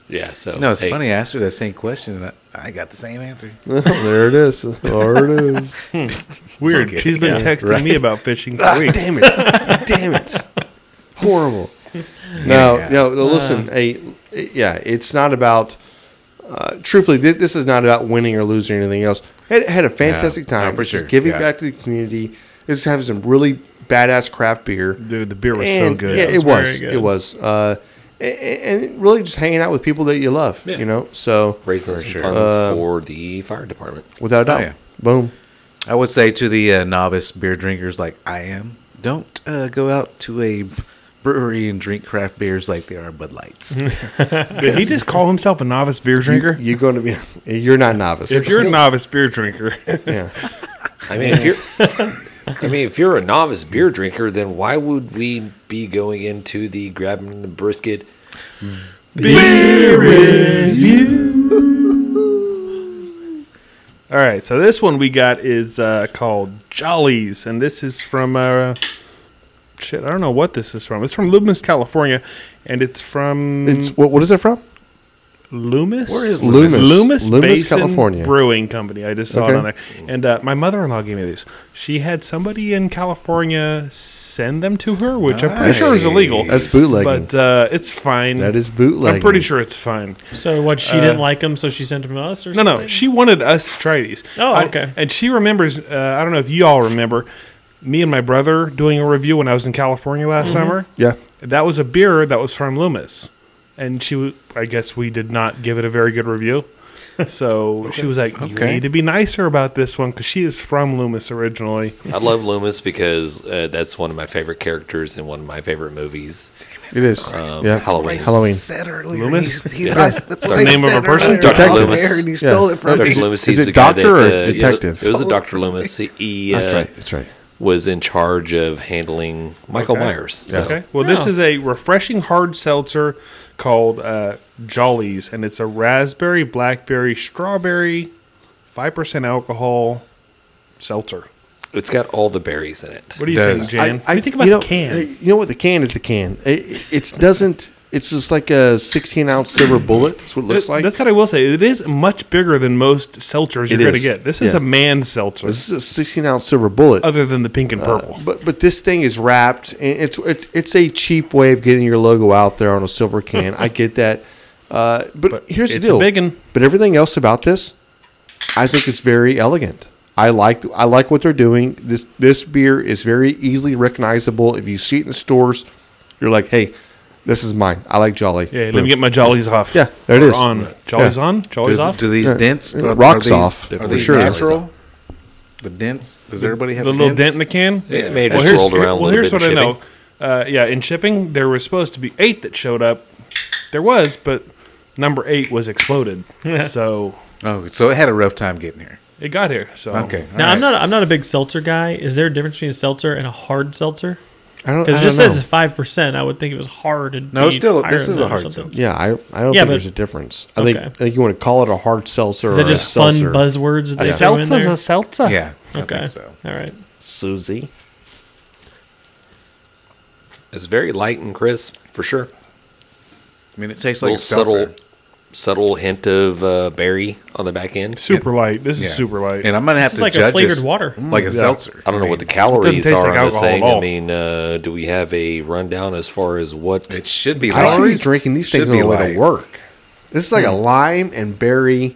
S3: Yeah. So
S4: No, it's
S3: hey,
S4: funny. I asked her that same question, and I, I got the same answer.
S2: there it is. There it is.
S1: Weird.
S4: Okay,
S1: She's been texting
S4: right.
S1: me about fishing for
S2: Ah,
S1: weeks.
S2: damn it! damn it! Horrible. No,
S4: Yeah.
S2: no. Listen, hey, yeah, it's not about. Uh, truthfully, thi- this is not about winning or losing or anything else. Had, had a fantastic
S4: No,
S2: time.
S4: for
S2: This is
S4: sure,
S2: giving
S4: yeah.
S2: back to the community. This is having some really badass craft beer.
S1: Dude, the beer was so
S2: And-
S1: good.
S2: Yeah, it
S5: was very
S2: was.
S5: good.
S2: It was. Uh, a- a- and really just hanging out with people that you love.
S3: Yeah.
S2: You know, so
S3: raising
S4: For
S3: some
S4: sure.
S3: funds
S2: Uh,
S3: for the fire department.
S2: without a doubt,
S4: Oh, yeah.
S2: boom.
S4: I would say to the uh, novice beer drinkers like I am, don't uh, go out to a brewery and drink craft beers like they are Bud Lights.
S1: Mm-hmm. Did he just call himself a novice beer drinker?
S2: You're going to be. You're not novice.
S1: if you're a novice beer drinker, [LAUGHS]
S2: yeah.
S3: I mean, if you're, I mean, if you're a novice beer drinker, then why would we be going into the grabbing the brisket?
S1: All right, so this one we got is uh, called Jollies, and this is from uh, shit. I don't know what this is from. It's from Loomis, California, and it's from
S2: It's what? What is it from?
S1: Loomis.
S2: Where is Loomis?
S1: Loomis,
S2: Loomis,
S1: Basin
S2: California.
S1: Brewing Company. I just saw
S2: Okay.
S1: it on there, and uh, my mother-in-law gave me these. She had somebody in California send them to her, which I'm pretty sure is illegal.
S2: That's bootlegging.
S1: But uh, it's fine.
S2: That is bootlegging.
S1: I'm pretty sure it's fine.
S5: so what? She
S2: uh,
S5: didn't like them, so she sent them to us, or
S1: No,
S5: something?
S1: no. She wanted us to try these.
S5: Oh,
S1: I-
S5: okay.
S1: and she remembers. Uh, I don't know if you all remember me and my brother doing a review when I was in California last
S2: Mm-hmm.
S1: summer.
S2: Yeah.
S1: That was a beer that was from Loomis, and she. w- I guess we did not give it a very good
S2: [LAUGHS]
S1: review. So she was like, "You
S4: Okay.
S1: need to be nicer about this one because she is from Loomis originally."
S3: I love Loomis because uh, that's one of my favorite characters in one of my favorite movies.
S2: It is.
S3: Um,
S2: yeah.
S3: Halloween.
S2: Halloween.
S4: Said earlier,
S1: Loomis?
S4: He's, he's not- that's what
S1: The
S4: I
S1: name of a
S4: said
S1: person?
S4: earlier.
S3: Dr.
S4: Off
S3: Loomis.
S4: air, and he
S2: Yeah.
S4: stole it from
S3: Dr.
S4: me.
S3: Loomis.
S2: is
S3: He's
S2: it
S3: the guy that,
S2: doctor or
S3: uh, it was-
S2: detective?
S3: It was a Dr. Loomis. He uh,
S2: That's right. That's right.
S3: was in charge of handling Michael
S1: Okay.
S3: Myers. So-
S1: Okay. Well, this is a refreshing hard seltzer called uh, Jollies, and it's a raspberry, blackberry, strawberry, five percent alcohol seltzer.
S3: It's got all the berries in it.
S1: What do you think,
S4: Does-
S1: Jan?
S2: I,
S5: you think about
S2: know,
S5: the can?
S2: uh, You know what? The can is the can. It, it doesn't. It's just like a 16 ounce silver bullet. That's what it looks
S1: That-
S2: like.
S1: That's what I will say. It is much bigger than most seltzers you're
S2: It
S1: going to
S2: is.
S1: get. This is
S2: Yeah.
S1: a man's seltzer,
S2: This is Uh, a 16 ounce silver bullet.
S1: other than the pink and purple.
S2: But but this thing is wrapped. And it's it's it's a cheap way of getting your logo out there on a silver can. I get that. Uh, but, here's the
S1: it's a
S2: deal.
S1: biggin'.
S2: But everything else about this, I think is very elegant. I like I like what they're doing. This this beer is very easily recognizable. If you see it in the stores, you're like, hey, this is mine. I like Jolly.
S1: yeah, let
S2: Boom.
S1: me get my jollies off.
S2: Yeah, there it
S1: Or
S2: is.
S1: On jollies
S2: Yeah.
S1: on, jollies
S4: Do,
S1: off.
S4: do these
S2: Yeah.
S4: dents?
S2: It
S4: Are,
S2: rocks
S4: are these,
S2: off,
S4: Are
S3: for
S4: these
S3: sure.
S4: natural? The dents. Does everybody have
S1: the little dent in the can.
S3: It may have
S1: Well,
S3: just
S1: here's,
S3: rolled around
S1: well,
S3: a little
S1: here's
S3: bit
S1: what
S3: in
S1: I know.
S3: shipping.
S1: Uh, yeah, in shipping, there was supposed to be eight that showed up. There was, but number eight was exploded, so
S4: Oh, so it had a rough time getting here.
S1: it got here. So
S4: Okay. all
S5: Now I'm
S4: right.
S5: not. I'm not a big seltzer guy. Is there a difference between a seltzer and a hard seltzer?
S2: I don't.
S5: Because
S2: I
S5: it just
S2: don't know.
S5: says five percent. I would think it was hard. and
S4: No,
S5: be
S4: still,
S5: higher
S4: this
S5: than
S4: is
S5: that
S4: a
S5: or
S4: hard
S5: something.
S4: seltzer.
S2: Yeah, I, I don't think
S5: Yeah, but-
S2: there's a difference. I
S5: Okay.
S2: think I think you want to call it a hard seltzer.
S5: Is that
S2: or
S5: just
S2: a
S5: fun
S2: seltzer.
S5: buzzwords that they throw in there?
S1: seltzer.
S4: Yeah. I
S5: Okay.
S4: think so.
S5: All right.
S2: Susie?
S3: It's very light and crisp, for sure.
S4: I mean, it tastes
S3: little
S4: like a seltzer.
S3: subtle, subtle hint of uh, berry on the back end.
S1: super light. This is super light.
S4: And I'm gonna have
S5: This is
S4: to
S5: like a
S4: judge
S5: flavored
S4: this
S5: water.
S4: like a
S2: Mm,
S4: seltzer.
S3: I don't know
S4: mean,
S3: what the calories
S1: taste
S3: are
S1: like
S3: on this
S1: alcohol at
S3: thing.
S1: all.
S3: I mean, uh, do we have a rundown as far as what?
S4: It should be.
S2: I should be
S4: light.
S2: drinking these
S4: Should
S2: things on
S4: be Hmm.
S2: the way
S4: light.
S2: to work. This is like a lime and berry.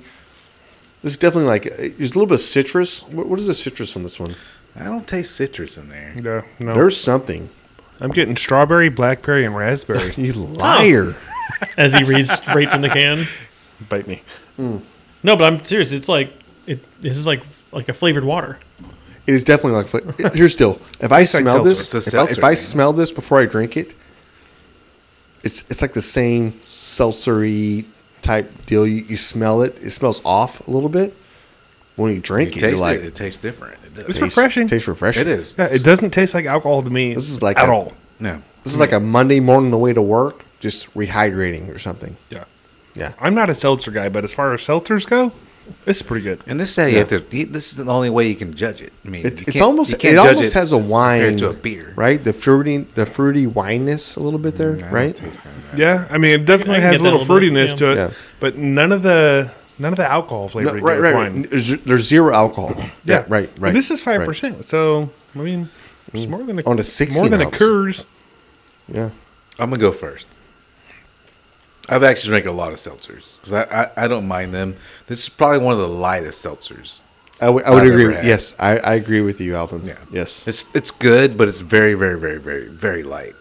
S2: This is definitely like there's a little bit of citrus. What, what is the citrus on this one?
S4: I don't taste citrus in there.
S1: Yeah, no,
S2: There's something.
S1: I'm getting strawberry, blackberry, and
S2: [LAUGHS]
S1: raspberry.
S2: You liar!
S4: Oh.
S5: As he reads straight from the can.
S4: [LAUGHS]
S1: Bite me.
S5: No, but I'm serious. It's like it. This is like like a flavored water.
S2: It is definitely like fla- uh, here's still. If I
S1: It's like
S2: smell
S1: seltzer.
S2: this,
S4: It's a
S2: if, I,
S4: seltzer,
S2: if I
S4: man.
S2: smell this before I drink it, it's it's like the same seltzery type deal. You, you smell it. It smells off a little bit when you
S4: You
S2: drink it. You're
S4: taste
S2: like
S4: it. It tastes different. It does.
S1: It's
S2: tastes-
S1: refreshing.
S2: Tastes refreshing.
S4: It is.
S1: Yeah, it doesn't taste like alcohol to me.
S2: This is like
S1: at
S2: a-
S1: all.
S4: No.
S2: This is like a Monday morning on the way to work, just rehydrating or something.
S1: Yeah.
S2: Yeah.
S1: I'm not a seltzer guy, but as far as seltzers go, it's pretty good.
S4: And this said,
S2: Yeah.
S4: yeah. this is the only way you can judge it. I mean,
S2: It,
S4: you
S2: it's
S4: can't-
S2: almost
S4: you can't
S2: it
S4: judge
S2: almost has a wine
S4: compared to a beer.
S2: right? The fruity the fruity wineness a little bit there,
S4: I don't
S2: right?
S4: taste none of that.
S1: Yeah, I mean, it definitely
S5: can
S1: has
S5: get
S1: a little
S5: that a little bit,
S1: fruitiness to it,
S2: yeah.
S1: but none of the none of the alcohol flavor.
S2: No,
S1: you get
S2: right,
S1: with
S2: right, right.
S1: wine.
S2: N- z- There's zero alcohol. yeah, right, right.
S1: And this is
S2: right. Mm.
S1: five percent, so I mean, it's more than a,
S2: On a
S1: more
S2: 16
S1: than a
S2: ounce.
S1: Coors.
S2: Yeah,
S4: I'm gonna go first. I've actually drank a lot of seltzers because I, I, I don't mind them. This is probably one of the lightest seltzers.
S2: I would- I
S4: I've
S2: would agree.
S4: ever
S2: With,
S4: had.
S2: yes, I, I agree with you, Alvin.
S4: Yeah.
S2: Yes,
S4: It's it's good, but it's very very very very very light.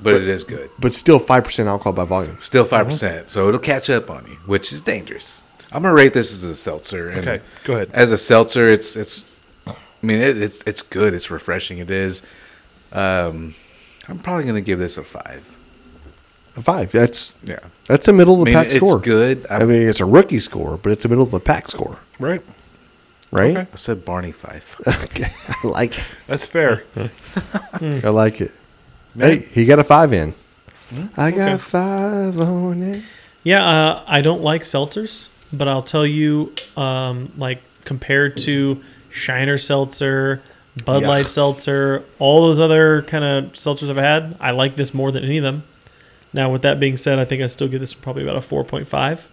S4: But, it is good.
S2: but still five percent alcohol by volume.
S4: Still five percent, so it'll catch up on you, which is dangerous. I'm gonna rate this as a seltzer. and
S1: Okay, go ahead.
S4: As a seltzer, it's it's. I mean, it, it's it's good. It's refreshing. It is. Um, I'm probably gonna give this a five.
S2: A five. That's
S4: Yeah.
S2: that's a middle of the
S4: I mean,
S2: pack
S4: it's
S2: score.
S4: good.
S2: I, mean, it's a rookie score, but it's a middle of the pack score,
S1: Right,
S2: right?
S1: Okay.
S4: I said Barney Fife.
S2: [LAUGHS] Okay, I like it.
S1: that's fair.
S2: I like it. Hey, he got a five in. I got five on it.
S5: Yeah, uh, I don't like seltzers, but I'll tell you, um, like compared to Shiner Seltzer, Bud Light Seltzer, all those other kind of seltzers I've had, I like this more than any of them. Now, with that being said, I think I still give this probably about a four point five.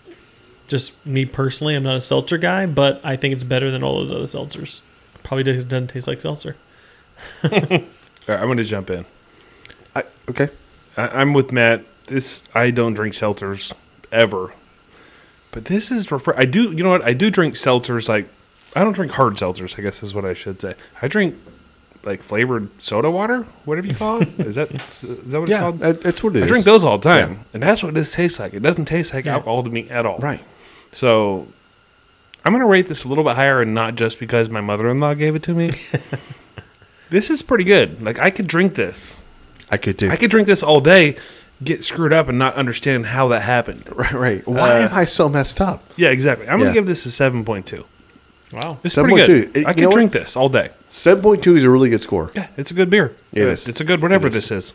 S5: Just me personally, I'm not a seltzer guy, but I think it's better than all those other seltzers. Probably doesn't doesn't taste like seltzer.
S1: All right, I'm going to jump in.
S2: I, okay.
S1: I, I'm with Matt. This I don't drink seltzers ever, but this is refer- I do. You know what? I do drink seltzers. Like I don't drink hard seltzers. I guess is what I should say. I drink like flavored soda water, whatever you
S2: [LAUGHS]
S1: call it. is that is that what it's
S2: Yeah,
S1: called?
S2: that- that's what it is.
S1: I drink those all the time,
S2: Yeah.
S1: and that's what this tastes like. It doesn't taste like
S5: Yeah.
S1: alcohol to me at all.
S2: Right.
S1: So I'm going to rate this a little bit higher, and not just because my mother-in-law gave it to
S2: [LAUGHS]
S1: me. this is pretty good. Like I could drink this.
S2: I could do.
S1: I could drink this all day, get screwed up, and not understand how that happened.
S2: [LAUGHS] Right, right. Why am I so messed up?
S1: Yeah, exactly. I'm
S2: Yeah.
S1: gonna give this a seven point two.
S5: Wow.
S1: It's pretty good.
S2: 7.2. It-
S1: I
S2: you
S1: could
S2: know
S1: drink this all day.
S2: Seven point two is a really good score.
S1: Yeah, it's a good beer.
S2: It
S1: Uh,
S2: is.
S1: It's a good whatever this is.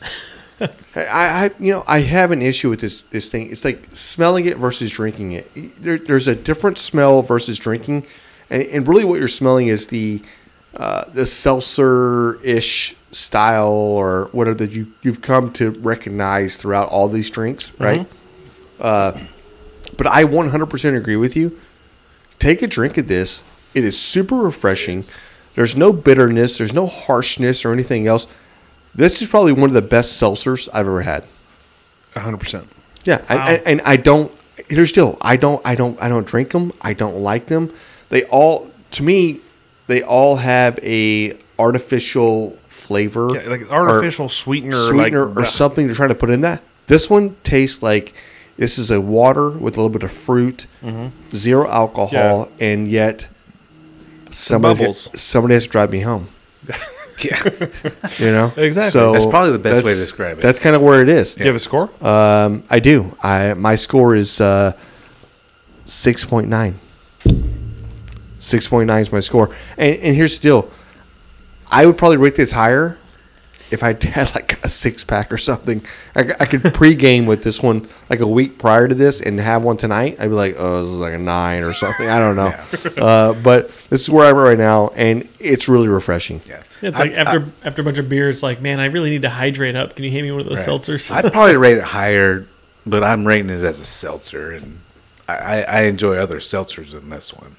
S2: I, I, I- you know, I have an issue with this this thing. It's like smelling it versus drinking it. There, there's a different smell versus drinking, and, and really what you're smelling is the uh, the seltzer ish style or whatever that you you've come to recognize throughout all these drinks, right? Uh, but I 100% agree with you. Take a drink of this. It is super refreshing. There's no bitterness. There's no harshness or anything else. This is probably one of the best seltzers I've ever had.
S1: 100. percent
S2: Yeah, I, I, and I don't. Here's the deal. I don't. I don't. I don't drink them. I don't like them. They all, to me, they all have a artificial flavor,
S1: Yeah, like
S2: or
S1: artificial sweetener,
S2: sweetener
S1: like,
S2: or
S1: bleh.
S2: something they're trying to put in that. This one tastes like this is a water with a little bit of fruit, zero alcohol, and yet somebody
S1: bubbles.
S2: somebody has to drive me home.
S4: [LAUGHS] yeah.
S2: You know
S1: [LAUGHS] Exactly.
S4: That's probably the best way to describe it.
S2: That's kind of where it is.
S1: Do you have a score?
S2: Um, I do. I my score is uh, six point nine. Six point nine is my score, and, and here's the deal. I would probably rate this higher if I [LAUGHS] had like a six pack or something. I, c- I could pregame with this one like a week prior to this and have one tonight. I'd be like, oh, this is like a nine or something. I don't know. uh, but this is where I'm at right now, and it's really refreshing.
S4: Yeah.
S5: It's
S4: I-
S5: like after after a bunch of beers, it's like man, I really need to hydrate up. Can you hand me one of those
S4: Right.
S5: seltzers? [LAUGHS]
S4: I'd probably rate it higher, but I'm rating this as a seltzer, and I, I, I enjoy other seltzers than this one,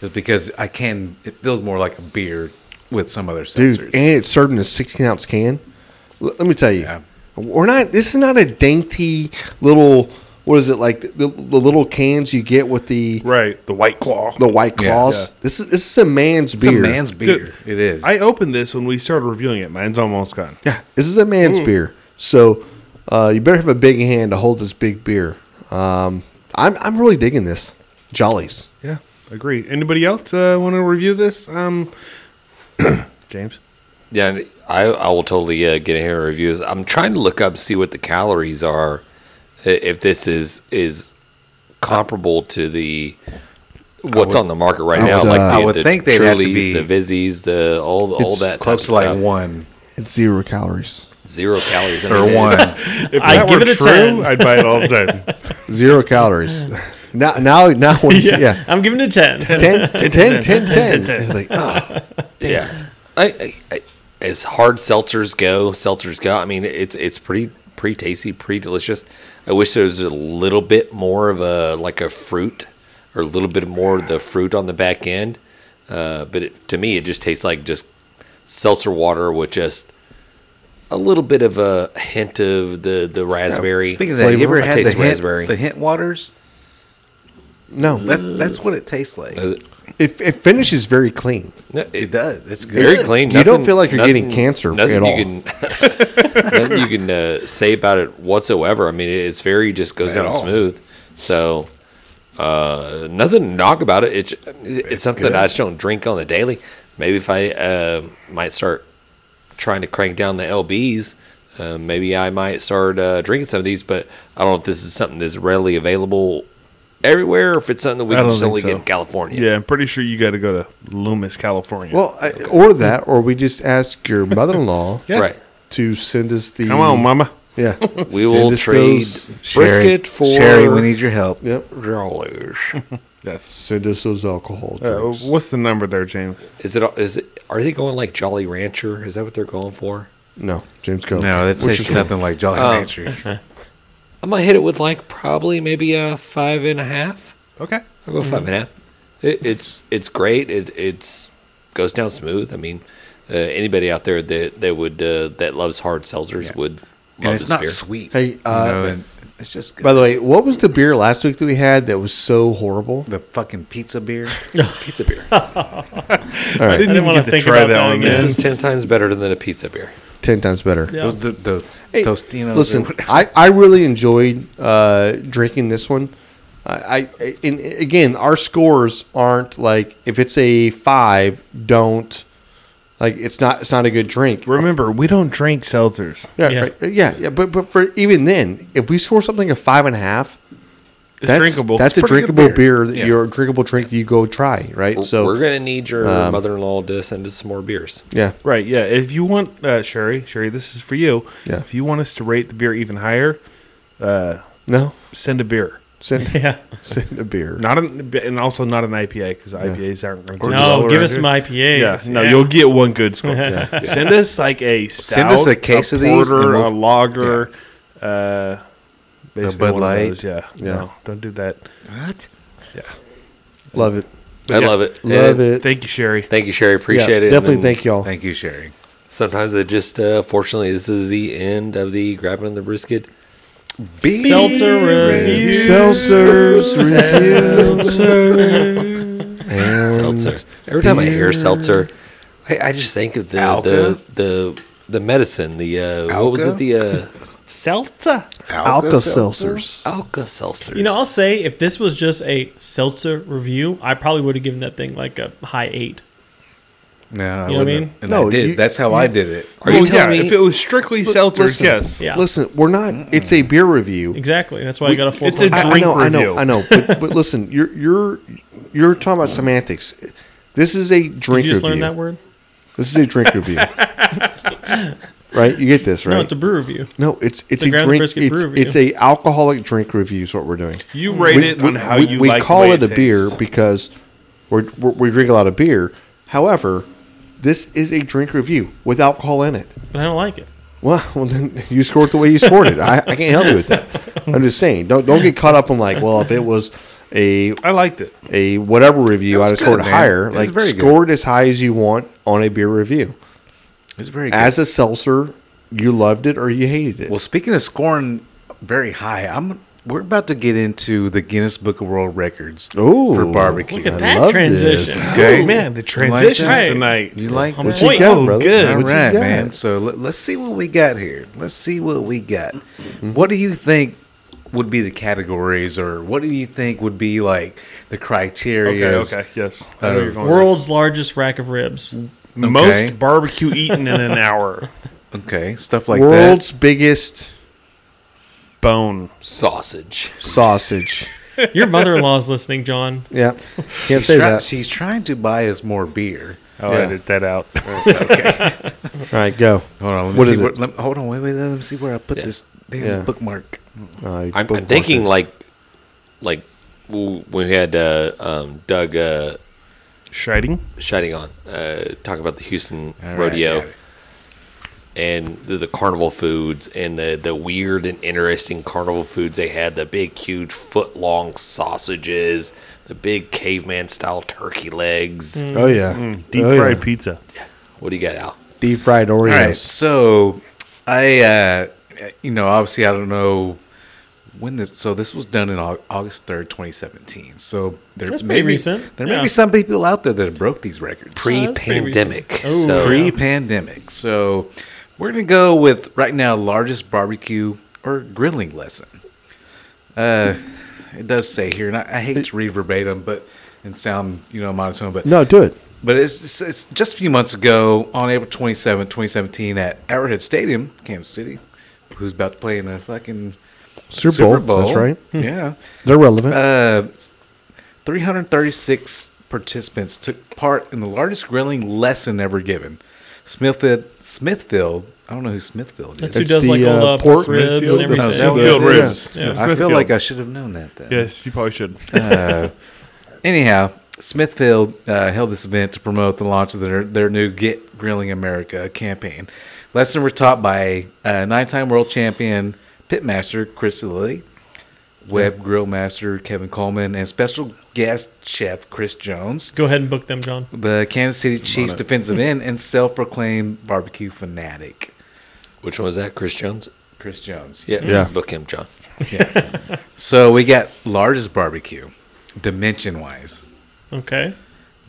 S4: just because I can. It feels more like a beer with some other seltzers.
S2: dude, and it's served in a 16 ounce can. L- let me tell you,
S4: Yeah.
S2: we're not. This is not a dainty little. What is it like the, the little cans you get with the
S1: Right, the White Claw.
S2: the white
S4: Yeah.
S2: claws?
S1: Yeah.
S2: This is this is a man's
S4: it's
S2: beer.
S4: a man's beer.
S1: Dude,
S4: it is.
S1: I opened this when we started reviewing it. Mine's almost gone.
S2: yeah, this is a
S4: Mm.
S2: man's beer. So uh, you better have a big hand to hold this big beer. Um, I'm I'm really digging this. Jollies.
S1: Yeah, agree. Anybody else uh, want to review this? Um, [COUGHS] James.
S3: Yeah, and I, I will totally uh, get in here and review this. I'm trying to look up see what the calories are, i- if this is is comparable to the what's on the market right
S2: It's,
S3: now, like
S2: uh,
S3: the,
S2: I
S4: would
S3: the
S4: think they'd have to
S3: Trulies,
S4: be-
S3: the Vizzies, the all all
S2: It's
S3: that type
S4: close
S3: of
S4: to like
S3: stuff.
S4: one.
S2: It's zero calories.
S3: zero calories in
S4: Or
S3: it. [LAUGHS]
S4: one. [LAUGHS]
S1: If
S5: I
S1: that
S5: give
S1: were
S5: it a
S1: true,
S5: 10.
S1: I'd buy it all the
S5: [LAUGHS]
S1: time.
S2: Zero calories. [LAUGHS] now, now, now,
S4: [LAUGHS]
S2: when, yeah. yeah.
S5: I'm giving it a 10.
S2: 10, 10, 10, 10, 10.
S1: 10.
S2: It's like, oh,
S3: Yeah. I, I, I as hard seltzers go, seltzers go. I mean, it's it's pretty pretty tasty, pretty delicious. I wish there was a little bit more of a like a fruit or a little bit more of the fruit on the back end. Uh, but it, to me, it just tastes like just seltzer water with just a little bit of a hint of the the raspberry.
S4: Speaking of that, you ever
S3: Flavor? I
S4: had the
S3: taste
S4: hint,
S3: raspberry.
S4: the hint waters?
S2: no.
S4: That, that's what it tastes like.
S3: Uh,
S2: It, it finishes very clean.
S3: no,
S4: It does. Uh, It's good.
S3: very clean.
S2: You don't feel like you're getting cancer
S3: nothing
S2: at
S3: you
S2: all.
S3: Can, nothing you can uh, say about it whatsoever. I mean, it's very just goes
S4: At
S3: down
S4: all.
S3: smooth. So uh, nothing to knock about it. It's it's, something
S4: good.
S3: I just don't drink on the daily. Maybe if I uh, might start trying to crank down the lbs. Uh, maybe I might start uh, drinking some of these, but I don't know if this is something that's readily available everywhere, or if it's something that we
S1: I
S3: can
S1: don't
S3: just
S1: think
S3: only
S1: so.
S3: get in California.
S1: Yeah, I'm pretty sure you got to go to Loomis, California.
S2: Well, I, or that, or we just ask
S1: [LAUGHS]
S2: your mother in law
S1: Yeah.
S3: Right.
S2: to send us the.
S1: Come on, Mama.
S2: Yeah.
S3: [LAUGHS] We
S2: Send
S3: will
S2: us
S3: trade
S2: those-
S3: brisket for
S4: Sherry, we need your help.
S2: Yep.
S3: dollars.
S1: [LAUGHS] Yes.
S2: Send us those alcohol
S1: Uh,
S2: drinks.
S1: what's the number there, James?
S3: Is it? Is it? Are they going like Jolly Rancher? Is that what they're going for?
S2: no, James Coke.
S4: No, that
S2: Which is-
S4: tastes nothing like Jolly
S3: Oh.
S4: [LAUGHS] Ranchers.
S3: I'm gonna hit it with like probably maybe a five and a half.
S1: Okay.
S3: I'll go five and a half. It, it's it's great. It it's goes down smooth. I mean, uh, anybody out there that that would uh, that loves hard seltzers
S4: Yeah.
S3: would.
S4: And
S3: Love
S4: it's
S3: this
S4: not
S3: beer.
S4: sweet.
S2: Hey,
S4: you
S2: uh,
S4: know, and it's just good.
S2: By the way, what was the beer last week that we had that was so horrible?
S4: the fucking pizza
S2: [LAUGHS]
S4: beer.
S3: pizza beer.
S2: All
S1: [LAUGHS] I
S2: right,
S1: didn't,
S5: didn't
S1: even
S5: wanna
S1: get to
S5: think
S1: try
S5: about
S1: that
S5: that
S1: one.
S5: again.
S3: this
S1: man.
S3: is ten times better than a pizza beer.
S2: ten times better.
S4: It was the, the
S2: Hey,
S4: Tostinos. or
S2: Listen,
S4: whatever.
S2: I, I really enjoyed uh, drinking this one. I, I and again, our scores aren't like if it's a five, don't like it's not it's not a good drink.
S1: Remember, we don't drink seltzers.
S2: Yeah,
S5: Yeah.
S2: right, yeah, yeah. But but for even then, if we score something a five and a half,
S1: It's
S2: that's
S1: drinkable.
S2: That's
S1: It's
S2: a
S1: pretty good
S2: drinkable beer, that
S4: Yeah.
S2: you're a drinkable drink you go try, right?
S3: So Oh, we're
S2: So
S3: gonna need your mother-in-law to send us some more beers.
S2: yeah,
S1: Right, yeah. If you want, uh, Sherry, Sherry, this is for you.
S2: Yeah.
S1: If you want us to rate the beer even higher, uh,
S2: no,
S1: send a beer.
S2: send
S5: [LAUGHS] Yeah.
S2: send a beer.
S1: Not an, and also not an IPA because IPAs aren't going to
S5: No, give us some IPAs.
S1: Yeah, no,
S5: Yeah.
S1: you'll get one good
S5: [LAUGHS]
S1: score. Send us like a stout,
S4: Send us a case of these
S1: porter,
S4: and we'll-
S1: a lager, uh, basically
S4: Bud
S1: one of
S4: Light.
S1: those. Yeah,
S2: Yeah.
S1: no, don't do that.
S4: What?
S1: Yeah,
S2: Love it,
S3: I
S1: Yeah.
S3: love it.
S2: love
S3: And
S2: it.
S1: thank you, Sherry.
S3: Thank you, Sherry.
S2: Yeah,
S3: Appreciate it.
S2: Definitely,
S3: And
S2: thank y'all.
S4: Thank you, Sherry.
S3: Sometimes it just, uh, fortunately, this is the end of the grabbing of the brisket.
S5: Seltzer review.
S2: Seltzers
S3: seltzer. Every time I hear
S2: beer.
S3: seltzer, I, I just think of the
S4: Alka?
S3: the the the medicine. The uh, what was
S4: Alka?
S3: it? The uh,
S5: Seltzer.
S2: Alka Seltzers.
S3: Alka Seltzer.
S5: You know, I'll say if this was just a seltzer review, I probably would have given that thing like a high eight.
S4: No, I
S5: You know what I
S4: wouldn't.
S5: mean?
S4: And
S2: No,
S4: I did.
S2: you-
S4: That's how I did it.
S3: Are you
S1: Well, yeah,
S3: telling me?
S1: if it was strictly seltzers,
S2: listen.
S1: yes.
S5: Yeah.
S2: Listen, we're not. It's a beer review.
S5: Exactly. That's why I got a full.
S1: it's a
S5: point.
S2: I, I
S1: drink
S2: know, I know,
S1: review.
S2: I know. But, but listen, you're you're you're talking about semantics. This is a
S5: Did
S2: drink
S5: you just
S2: review.
S5: learn that word?
S2: This is a drink
S5: [LAUGHS]
S2: review. right? You get this,
S5: No,
S2: right?
S5: it's a brew review.
S2: No, it's it's
S5: a
S2: a
S5: Grand
S2: drink.
S5: Brisket
S2: It's,
S5: brew review.
S2: it's a alcoholic drink review. Is what we're doing.
S1: You rate
S2: we,
S1: it
S2: we-
S1: on how
S2: we-
S1: you
S2: we
S1: like the
S2: call
S1: way
S2: it a beer
S1: tastes.
S2: because we're, we're, we drink a lot of beer. However, this is a drink review with alcohol in it.
S5: But I don't like it.
S2: Well, well, then you scored the way you scored it. I, I can't help you with that. I'm just saying, don't don't get caught up on like, well, if it was a
S1: I liked it.
S2: a whatever review,
S4: It
S2: I'd
S4: was
S2: have scored
S4: good, man.
S2: higher.
S4: It was
S2: Like
S4: very good.
S2: scored as high as you want on a beer review.
S4: It's very good.
S2: As a seltzer, you loved it or you hated it.
S4: Well, speaking of scoring very high, I'm we're about to get into the Guinness Book of World Records
S2: Ooh,
S4: for barbecue.
S5: Look at
S2: I
S5: that
S2: love
S5: transition.
S2: this.
S4: Okay.
S1: Oh, man, the
S4: You like
S1: transitions
S4: that?
S1: tonight.
S4: You like
S5: I'm
S4: that?
S5: What you
S2: got,
S1: Oh,
S2: brother?
S1: good.
S4: All
S2: What you
S4: right,
S2: got?
S4: man. So let, let's see what we got here. Let's see what we got. What do you think would be the categories, or what do you think would be like the criteria?
S1: Okay, okay, yes. I know
S4: Uh,
S1: where you're going with
S5: World's largest rack of ribs.
S1: this. most
S4: Okay.
S1: barbecue eaten in an
S4: [LAUGHS]
S1: hour.
S4: okay, stuff like
S2: World's biggest
S1: Bone.
S3: sausage.
S2: sausage.
S5: Your mother-in-law's listening, John.
S2: yeah,
S4: that.
S2: can't
S4: She's,
S2: say
S4: try-
S2: that.
S4: she's trying to buy us more beer.
S1: I'll
S2: Yeah.
S1: edit that out.
S4: Okay.
S2: All right, go.
S4: Hold on. Let me
S2: What
S4: see
S2: is
S4: where,
S2: it?
S4: Let, hold on. Wait, wait. Let me see where I put
S3: Yeah.
S4: this damn
S2: Yeah.
S4: bookmark.
S2: Uh, you
S3: I'm, I'm
S2: bookmarked
S3: thinking
S2: it.
S3: like, like w- when we had uh, um, Doug uh,
S1: Shiting?
S3: Shining on uh, talk about the Houston
S4: All right,
S3: rodeo
S4: got it.
S3: and the, the carnival foods and the the weird and interesting carnival foods they had the big huge foot long sausages, the big caveman style turkey legs.
S4: Mm.
S2: Oh yeah,
S1: Deep
S2: Oh,
S1: fried
S2: yeah.
S1: pizza.
S3: What do you got, Al?
S2: deep fried Oreos.
S4: All right, so I, uh, you know, obviously I don't know when this. So this was done in Au- August third, twenty seventeen. So there
S5: That's pretty
S4: may be
S5: recent,
S4: there
S5: yeah.
S4: may be some people out there that have broke these records
S3: Pre pandemic.
S5: recent. Oh,
S3: so
S4: pre-pandemic. So we're gonna go with right now largest barbecue or grilling lesson. Uh, it does say here, and I, I hate to read verbatim, but and sound you know monotone, but
S2: No, do it.
S4: but it's, it's, it's just a few months ago on April 27, 2017, at Arrowhead Stadium, Kansas City, who's about to play in a fucking Hmm.
S2: Super Bowl, that's right.
S4: Yeah.
S2: They're relevant.
S4: Uh, 336 participants took part in the largest grilling lesson ever given. Smithfield, Smithfield, I don't know who Smithfield is.
S5: That's who
S2: It's
S5: does like
S2: the,
S5: all
S2: uh,
S5: the
S2: pork
S5: ribs
S1: Smithfield-
S5: and everything.
S4: Oh,
S1: Smithfield
S4: Smithfield
S1: ribs.
S5: Yeah.
S1: Yeah,
S4: I feel
S1: Smithfield.
S4: like I should have known that then.
S1: Yes, you probably should.
S4: Uh, anyhow, Smithfield uh, held this event to promote the launch of their, their new Get Grilling America campaign. Lessons were taught by uh, nine time world champion pitmaster Chris Lilly, web grill master Kevin Coleman, and special guest chef Chris Jones,
S5: Go ahead and book them, John.
S4: the Kansas City Chiefs defensive end and self proclaimed barbecue fanatic.
S3: which one was that? Chris Jones?
S4: Chris Jones.
S3: Yeah.
S2: Yeah.
S3: Book him, John.
S4: So we got largest barbecue, dimension wise.
S5: Okay.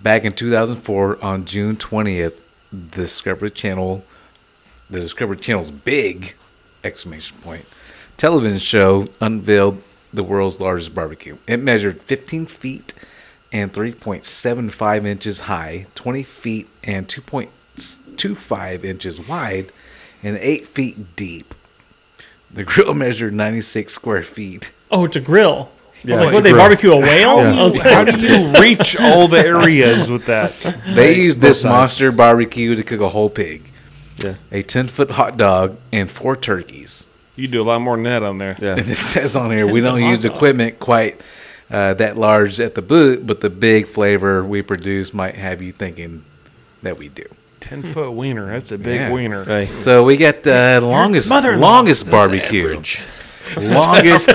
S4: back in 2004 on June 20th, the Discovery Channel, the Discovery Channel's big exclamation point television show unveiled the world's largest barbecue. It measured 15 feet and 3.75 inches high, 20 feet and 2.25 inches wide, and 8 feet deep. The grill [LAUGHS] measured 96 square feet.
S5: Oh, it's a grill. I was like,
S2: it's
S5: what,
S2: a
S5: they
S2: grill.
S5: barbecue a whale? I was
S1: How
S5: like, [LAUGHS]
S1: do you reach all the areas with that?
S4: They used this
S2: sides.
S4: monster barbecue to cook a whole pig.
S2: yeah,
S4: a 10 foot hot dog, and four turkeys. [LAUGHS]
S1: You do a lot more than that on there.
S2: yeah.
S4: And it says on here we
S5: 10-foot
S4: don't
S5: hot
S4: use
S5: dog.
S4: equipment quite uh, that large at the booth, but the big flavor we produce might have you thinking that we do.
S1: Ten foot wiener. That's a big
S4: Yeah.
S1: wiener.
S2: Hey,
S4: So we got uh, the longest
S5: mother-in-law.
S4: longest barbecue, [LAUGHS] longest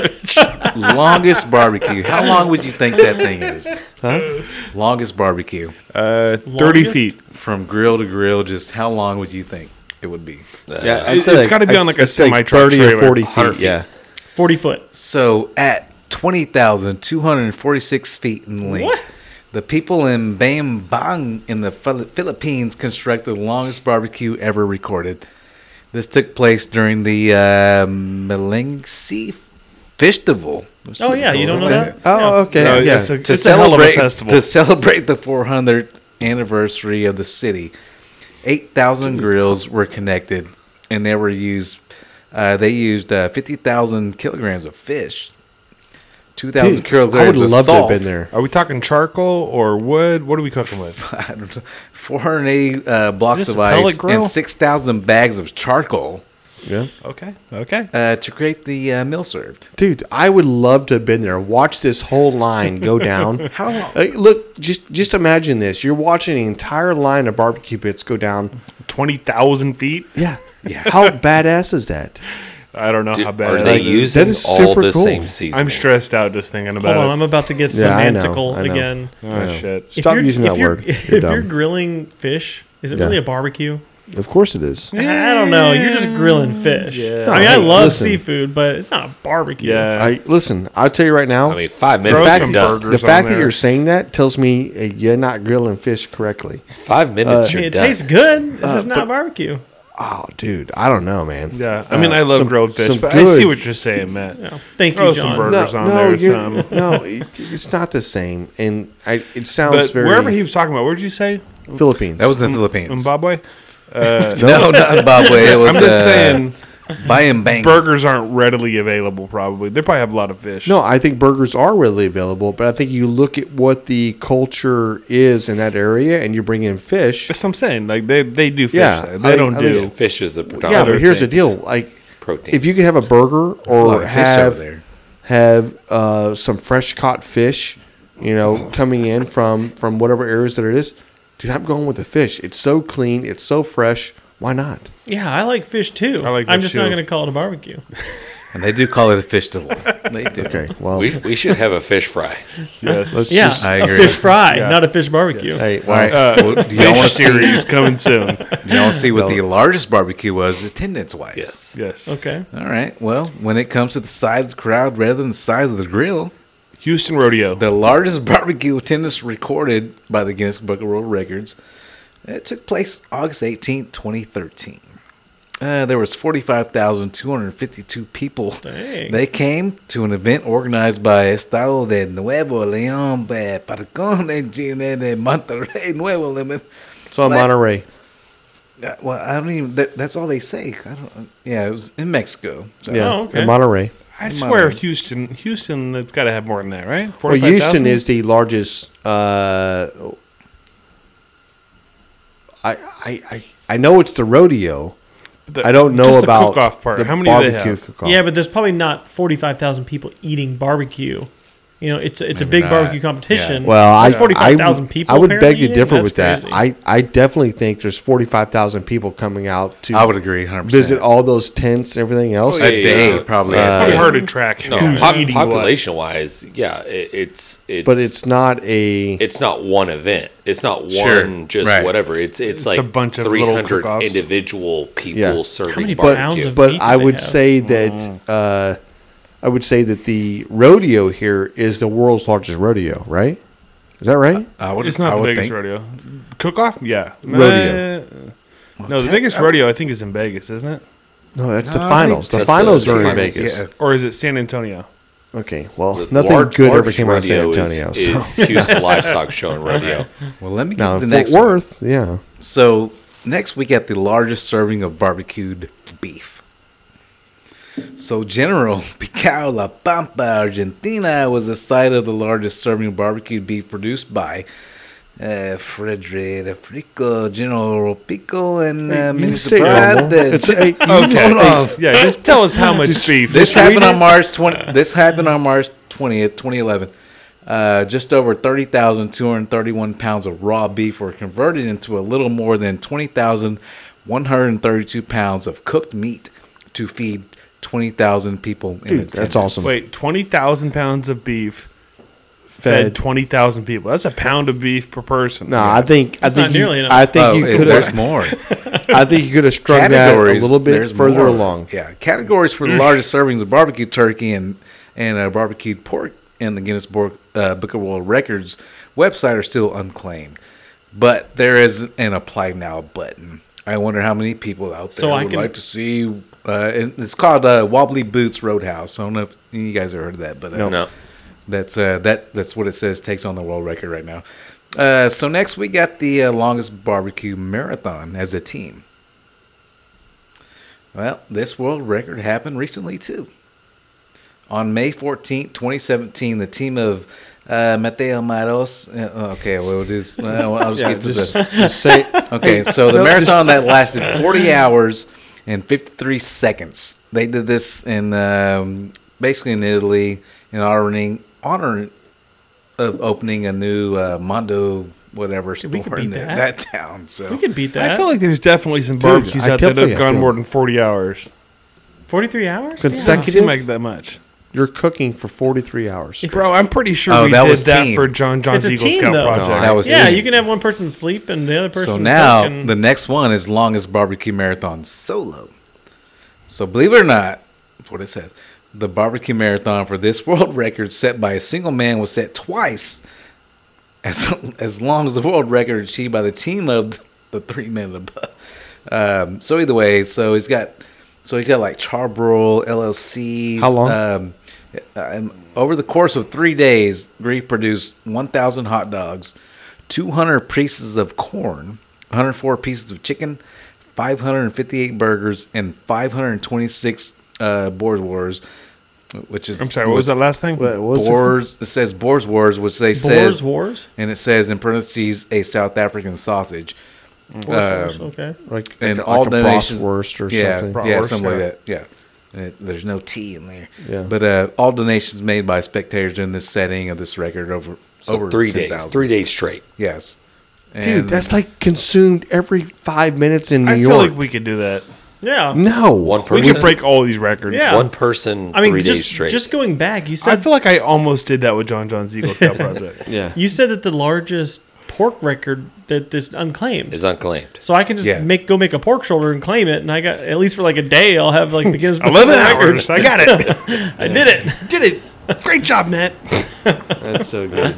S4: longest barbecue. How long would you think that thing is?
S2: Huh?
S4: Longest barbecue
S1: Uh, thirty
S5: Longest?
S1: feet.
S4: from grill to grill. Just how long would you think it would be?
S2: yeah. I'd
S1: it-
S2: say
S1: it's gotta be on, like, a
S2: I'd say
S1: semi-truck
S2: thirty or
S1: trailer,
S2: forty
S1: 100
S2: feet. Yeah,
S5: 40 foot.
S4: So at 20,246 feet in length,
S5: What?
S4: the people in Bambang in the Phil- Philippines constructed the longest barbecue ever recorded. This took place during the uh, Malingsi Festival.
S5: Oh, yeah. You don't know that?
S2: Oh, okay.
S1: No,
S2: yeah.
S1: it's a-
S4: [LAUGHS] To
S1: a hell of a
S4: celebrate,
S1: festival.
S4: to celebrate the 400th anniversary of the city, 8,000 grills were connected, and they were used. Uh, they used uh, 50,000 kilograms of fish, 2,000
S2: Dude,
S4: kilograms
S2: I would love
S4: of
S2: to have
S4: salt,
S2: been there.
S1: Are we talking charcoal or wood? What are we cooking with?
S4: [LAUGHS] I don't know, 480 uh, blocks
S1: Just
S4: of
S1: a pellet
S4: ice and
S1: grill?
S4: 6,000 bags of charcoal
S2: Yeah,
S1: Okay. Okay.
S4: uh, to create the uh, meal served.
S2: dude, I would love to have been there. Watch this whole line go down.
S4: How long?
S2: Like, look, just just imagine this. You're watching the entire line of barbecue pits go down.
S1: Twenty thousand feet.
S2: Yeah, yeah. How badass is that?
S1: I don't know
S3: Dude,
S1: how bad.
S3: are
S1: it
S3: they
S1: is.
S3: using
S2: is
S3: all
S2: super
S3: the
S2: cool.
S3: same season?
S1: I'm stressed out just thinking
S5: Hold
S1: about
S5: on.
S1: it.
S5: I'm about to get
S2: Yeah, I know,
S5: semantical
S2: I know.
S5: again.
S1: Oh shit!
S5: If
S2: Stop
S5: you're-
S2: using
S5: if
S2: that
S5: you're- [LAUGHS]
S2: word. You're
S5: If you're
S2: dumb.
S5: grilling fish, is it
S2: Yeah.
S5: really a barbecue?
S2: Of course it is.
S5: I don't know. You're just grilling fish.
S1: Yeah.
S5: I mean, I
S2: No,
S5: love
S2: listen.
S5: seafood, but it's not a barbecue.
S1: Yeah,
S2: I listen. I'll tell you right now.
S3: I mean, five
S1: Throw
S3: minutes.
S1: some
S3: and done.
S1: burgers
S2: the fact
S1: on
S2: that
S1: there.
S2: you're saying that tells me uh, you're not grilling fish correctly.
S3: Five minutes.
S5: I
S3: you're
S5: mean, Uh, it
S3: done.
S5: tastes good. It's
S2: Uh,
S5: just not barbecue.
S2: Oh, dude, I don't know, man.
S1: yeah. I mean,
S2: Uh,
S1: I love
S2: some-
S1: grilled fish,
S2: some
S1: but I see
S2: good-
S1: what you're saying, Matt.
S5: No. Thank
S1: Throw
S5: you,
S1: some
S5: John.
S1: burgers. burgers
S2: No,
S1: on
S2: no,
S1: there um. or
S2: you're- [LAUGHS] no, it- it's not the same, and I, it sounds
S1: But
S2: very
S1: wherever he was talking about, where'd you say
S2: Philippines.
S1: Mm.
S4: That was the Philippines.
S1: Zimbabwe? [LAUGHS]
S4: no, not Zimbabwe. It was,
S1: I'm just
S4: uh,
S1: saying
S4: Buy him bang.
S1: Burgers aren't readily available. Probably they probably have a lot of fish.
S2: No, I think burgers are readily available, but I think you look at what the culture is in that area, and you bring in fish.
S1: that's what I'm saying. Like they they do fish.
S2: Yeah,
S1: there. They
S2: I-
S1: don't
S2: I
S1: do.
S2: think-
S3: Fish is the
S2: yeah,
S3: predominant.
S2: but here's the
S3: thing.
S2: deal: like,
S3: Protein.
S2: if you could have a burger
S4: a lot
S2: or
S4: of fish
S2: have
S4: over there.
S2: have uh, some fresh caught fish, you know, coming in from from whatever areas that it is, dude, I'm going with the fish. It's so clean, it's so fresh. Why not?
S5: Yeah, I like fish too.
S1: I like
S5: I'm
S1: fish
S5: just not
S1: too.
S5: going to call it
S2: [LAUGHS]
S5: a barbecue.
S4: And they do call it a festival.
S1: [LAUGHS]
S4: they do.
S2: Okay, well,
S3: we, we should have a fish fry.
S1: Yes.
S2: let's
S5: yeah,
S2: just
S4: I
S5: a
S4: agree.
S5: fish fry,
S1: Yeah.
S5: not a fish barbecue.
S2: hey, well,
S4: All
S1: Uh,
S4: right. well, do y'all
S1: Fish
S4: want to see?
S1: series coming soon.
S2: [LAUGHS]
S4: do Y'all see what the largest barbecue was attendance wise?
S3: Yes.
S1: Yes.
S5: Okay.
S4: All right. Well, when it comes to the size of the crowd rather than the size of the grill,
S1: Houston rodeo.
S4: the largest [LAUGHS] barbecue attendance recorded by the Guinness Book of World Records. It took place August 18th, 2013. Uh, there was 45,252 people.
S5: Dang.
S4: They came to an event organized by Estado de Nuevo León, eh, Parcón de Chile de Monterrey, Nuevo León.
S2: so I'm
S4: What?
S2: Monterey.
S4: Uh, Well, I don't even. That, that's all they say. I don't. Yeah, it was in Mexico. So.
S2: Yeah,
S5: Oh, okay.
S2: in Monterey.
S1: I swear,
S4: Monterey.
S1: Houston, Houston, it's got to have more than that, right?
S2: Well, Houston
S1: 45,000?
S2: is the largest. Uh, I, I I I know it's the rodeo.
S1: The-
S2: I don't know
S1: just the
S2: about
S1: cook-off part.
S2: the
S1: How many do
S2: barbecue
S1: they have?
S2: cook-off.
S5: Yeah, but there's probably not 45,000 people eating barbecue. You know, it's it's a
S4: Maybe
S5: big
S4: not.
S5: barbecue competition.
S4: Yeah.
S2: Well, I
S5: There's 45,000
S2: I would-
S5: people.
S2: I would beg
S5: apparently
S2: to
S5: eating?
S2: differ
S5: That's
S2: with that.
S5: crazy.
S2: I, I definitely think there's 45,000 people coming out to
S4: I would agree 100%.
S2: visit all those tents and everything else.
S3: Oh,
S4: a day,
S3: Yeah.
S4: probably.
S1: It's
S2: Uh,
S1: pretty hard to track.
S3: No,
S1: who's
S3: pop-
S1: eating what.
S3: population wise, yeah, it, it's it's
S2: But it's not a
S3: it's not one event. It's not one
S4: Sure,
S3: just
S4: right.
S3: whatever. It's it's, like
S1: a bunch of
S3: three
S1: little
S3: hundred
S1: cook-offs.
S3: individual people
S2: Yeah. How
S3: serving
S5: many
S2: but
S5: pounds
S3: barbecue.
S5: of-
S2: but
S5: meat
S2: I
S5: that they
S2: would
S5: have. Mm.
S2: say that uh, I would say that the rodeo here is the world's largest rodeo, right? Is that right?
S4: I would,
S1: It's not
S4: I
S1: the
S4: would
S1: biggest
S4: think.
S1: rodeo. Cook off? Yeah.
S2: Rodeo.
S1: Uh, no, the biggest rodeo I think is in Vegas, isn't it?
S2: No, that's the
S4: No, I
S2: finals.
S4: think
S2: The
S3: that's
S2: finals
S3: the
S2: are in
S3: finals,
S2: Vegas.
S4: yeah.
S1: Or is it San Antonio?
S2: Okay, well,
S3: The
S2: nothing
S3: large-
S2: good ever
S3: largest
S2: came out of San
S3: rodeo is-
S2: Antonio. so.
S3: [LAUGHS] Is, Houston Livestock Show and Rodeo.
S4: Well, let me get
S2: now
S4: the
S2: in
S4: next
S2: Fort
S4: one.
S2: Worth, yeah.
S4: So next we got the largest serving of barbecued beef. So General [LAUGHS] Picao La Pampa, Argentina, was the site of the largest serving of barbecued beef produced by uh, Frederico Frico, General Pico, and uh,
S2: You say
S4: Municipalidad.
S2: normal. It's
S4: de-
S2: a,
S4: Hold on.
S1: Yeah, just tell us how much beef.
S4: This
S1: Just read
S4: happened on
S1: it. Uh.
S4: March twenty. This happened on March twentieth, twenty eleven. Uh, just over thirty thousand two hundred thirty-one pounds of raw beef were converted into a little more than twenty thousand one hundred thirty-two pounds of cooked meat to feed twenty thousand people. in
S2: Dude, that's
S4: attendance.
S2: awesome.
S1: Wait, 20,000 pounds of beef fed,
S2: fed.
S1: 20,000 people. That's a pound of beef per person.
S2: No, I think I
S5: It's
S2: think
S5: not
S2: you,
S5: nearly enough.
S2: I think
S4: Oh,
S2: you
S4: it-
S2: could
S1: [LAUGHS]
S4: there's
S2: have.
S4: more
S2: [LAUGHS] I think you could have strung that a little bit
S4: there's
S2: further
S4: more.
S2: along. Mm.
S4: Yeah, categories for the largest servings of barbecue turkey and and uh, barbecued pork in the Guinness Book, uh, Book of World Records website are still unclaimed, but there is an apply now button. I wonder how many people out there
S5: So I
S4: would
S5: can-
S4: like to see. Uh, and it's called uh, Wobbly Boots Roadhouse. I don't know if you guys have heard of that, but uh,
S3: No.
S4: that's uh, that. That's what it says. Takes on the world record right now. Uh, so next we got the uh, longest barbecue marathon as a team. Well, this world record happened recently too. On May 14th, 2017, the team of uh, Mateo Maros. Uh, okay, well, it is. Well, I'll just
S2: Yeah,
S4: get to
S2: just-
S4: the.
S2: Just say
S4: Okay, so
S5: [LAUGHS]
S4: the
S2: No,
S4: marathon that lasted 40 hours and 53 seconds. They did this in um, basically in Italy in honoring honor of opening a new uh, Mondo whatever store
S5: we could
S4: in
S5: beat
S4: that. that
S5: that.
S4: town. So
S5: we could beat that.
S1: I feel like there's definitely some barbecues
S2: I
S1: out there that
S2: definitely
S1: have gone
S2: feel-
S1: more than 40 hours.
S5: 43 hours?
S2: Good
S5: Yeah.
S1: Doesn't
S2: second-
S1: seem like that much.
S2: you're cooking for 43 hours. straight.
S1: Bro, I'm pretty sure
S4: Oh,
S1: we
S4: that
S1: did
S4: was
S1: that
S4: team.
S1: for John John's
S5: It's a
S1: Eagle
S5: team,
S1: Scout
S5: though.
S1: project.
S4: No, that was
S5: Yeah,
S4: easy.
S5: you can have one person sleep and the other person.
S4: so now
S5: fucking-
S4: the next one is longest barbecue marathon solo. So believe it or not, that's what it says. The barbecue marathon for this [LAUGHS] world record set by a single man was set twice as as long as the world record achieved by the team of the three men above. Um, so either way, so he's got so he's got like Charbroil LLC.
S2: How long?
S4: Um, um, over the course of three days, Grief produced 1,000 hot dogs, 200 pieces of corn, 104 pieces of chicken, 558 burgers and 526 uh, board wars, which is
S1: I'm sorry. What was that last thing?
S2: What, what was it?
S4: Boars, it says Boars Wars, which they
S5: Boers
S4: says,
S5: Wars?
S4: and it says in parentheses a South African sausage.
S5: Boers Wars,
S4: Um,
S5: okay.
S2: Like,
S4: and
S2: like a-
S4: all
S2: like a
S4: donations
S2: bratwurst or
S4: yeah,
S2: something.
S4: Yeah,
S1: Bratwurst,
S4: something like
S1: yeah.
S4: that. Yeah. And it- there's no tea in there.
S2: Yeah.
S4: But uh, all donations made by spectators in this setting of this record over
S3: So
S4: over
S3: three
S4: 10,000.
S3: days, three days straight.
S4: Yes.
S2: Dude,
S4: And-
S2: that's like consumed every five minutes in New
S1: I feel
S2: York.
S1: like we could do that.
S5: Yeah.
S2: no,
S3: One
S1: We
S3: person,
S1: could break all these records.
S5: Yeah.
S3: one person,
S5: I mean,
S3: three
S5: just,
S3: days straight.
S5: just going back, you
S1: I
S5: said
S1: feel like I almost did that with John John's Eagle [LAUGHS] Scout Project.
S2: Yeah,
S5: you said that the largest pork record that that's unclaimed.
S3: is unclaimed.
S5: So I can just
S4: Yeah.
S5: make go make a pork shoulder and claim it, and I got at least for like a day, I'll have like the Guinness Book of
S1: Eleven
S5: Records.
S1: hours. I got [LAUGHS] it.
S5: I did it. [LAUGHS]
S1: Did it. Great job, Matt.
S2: that's so good.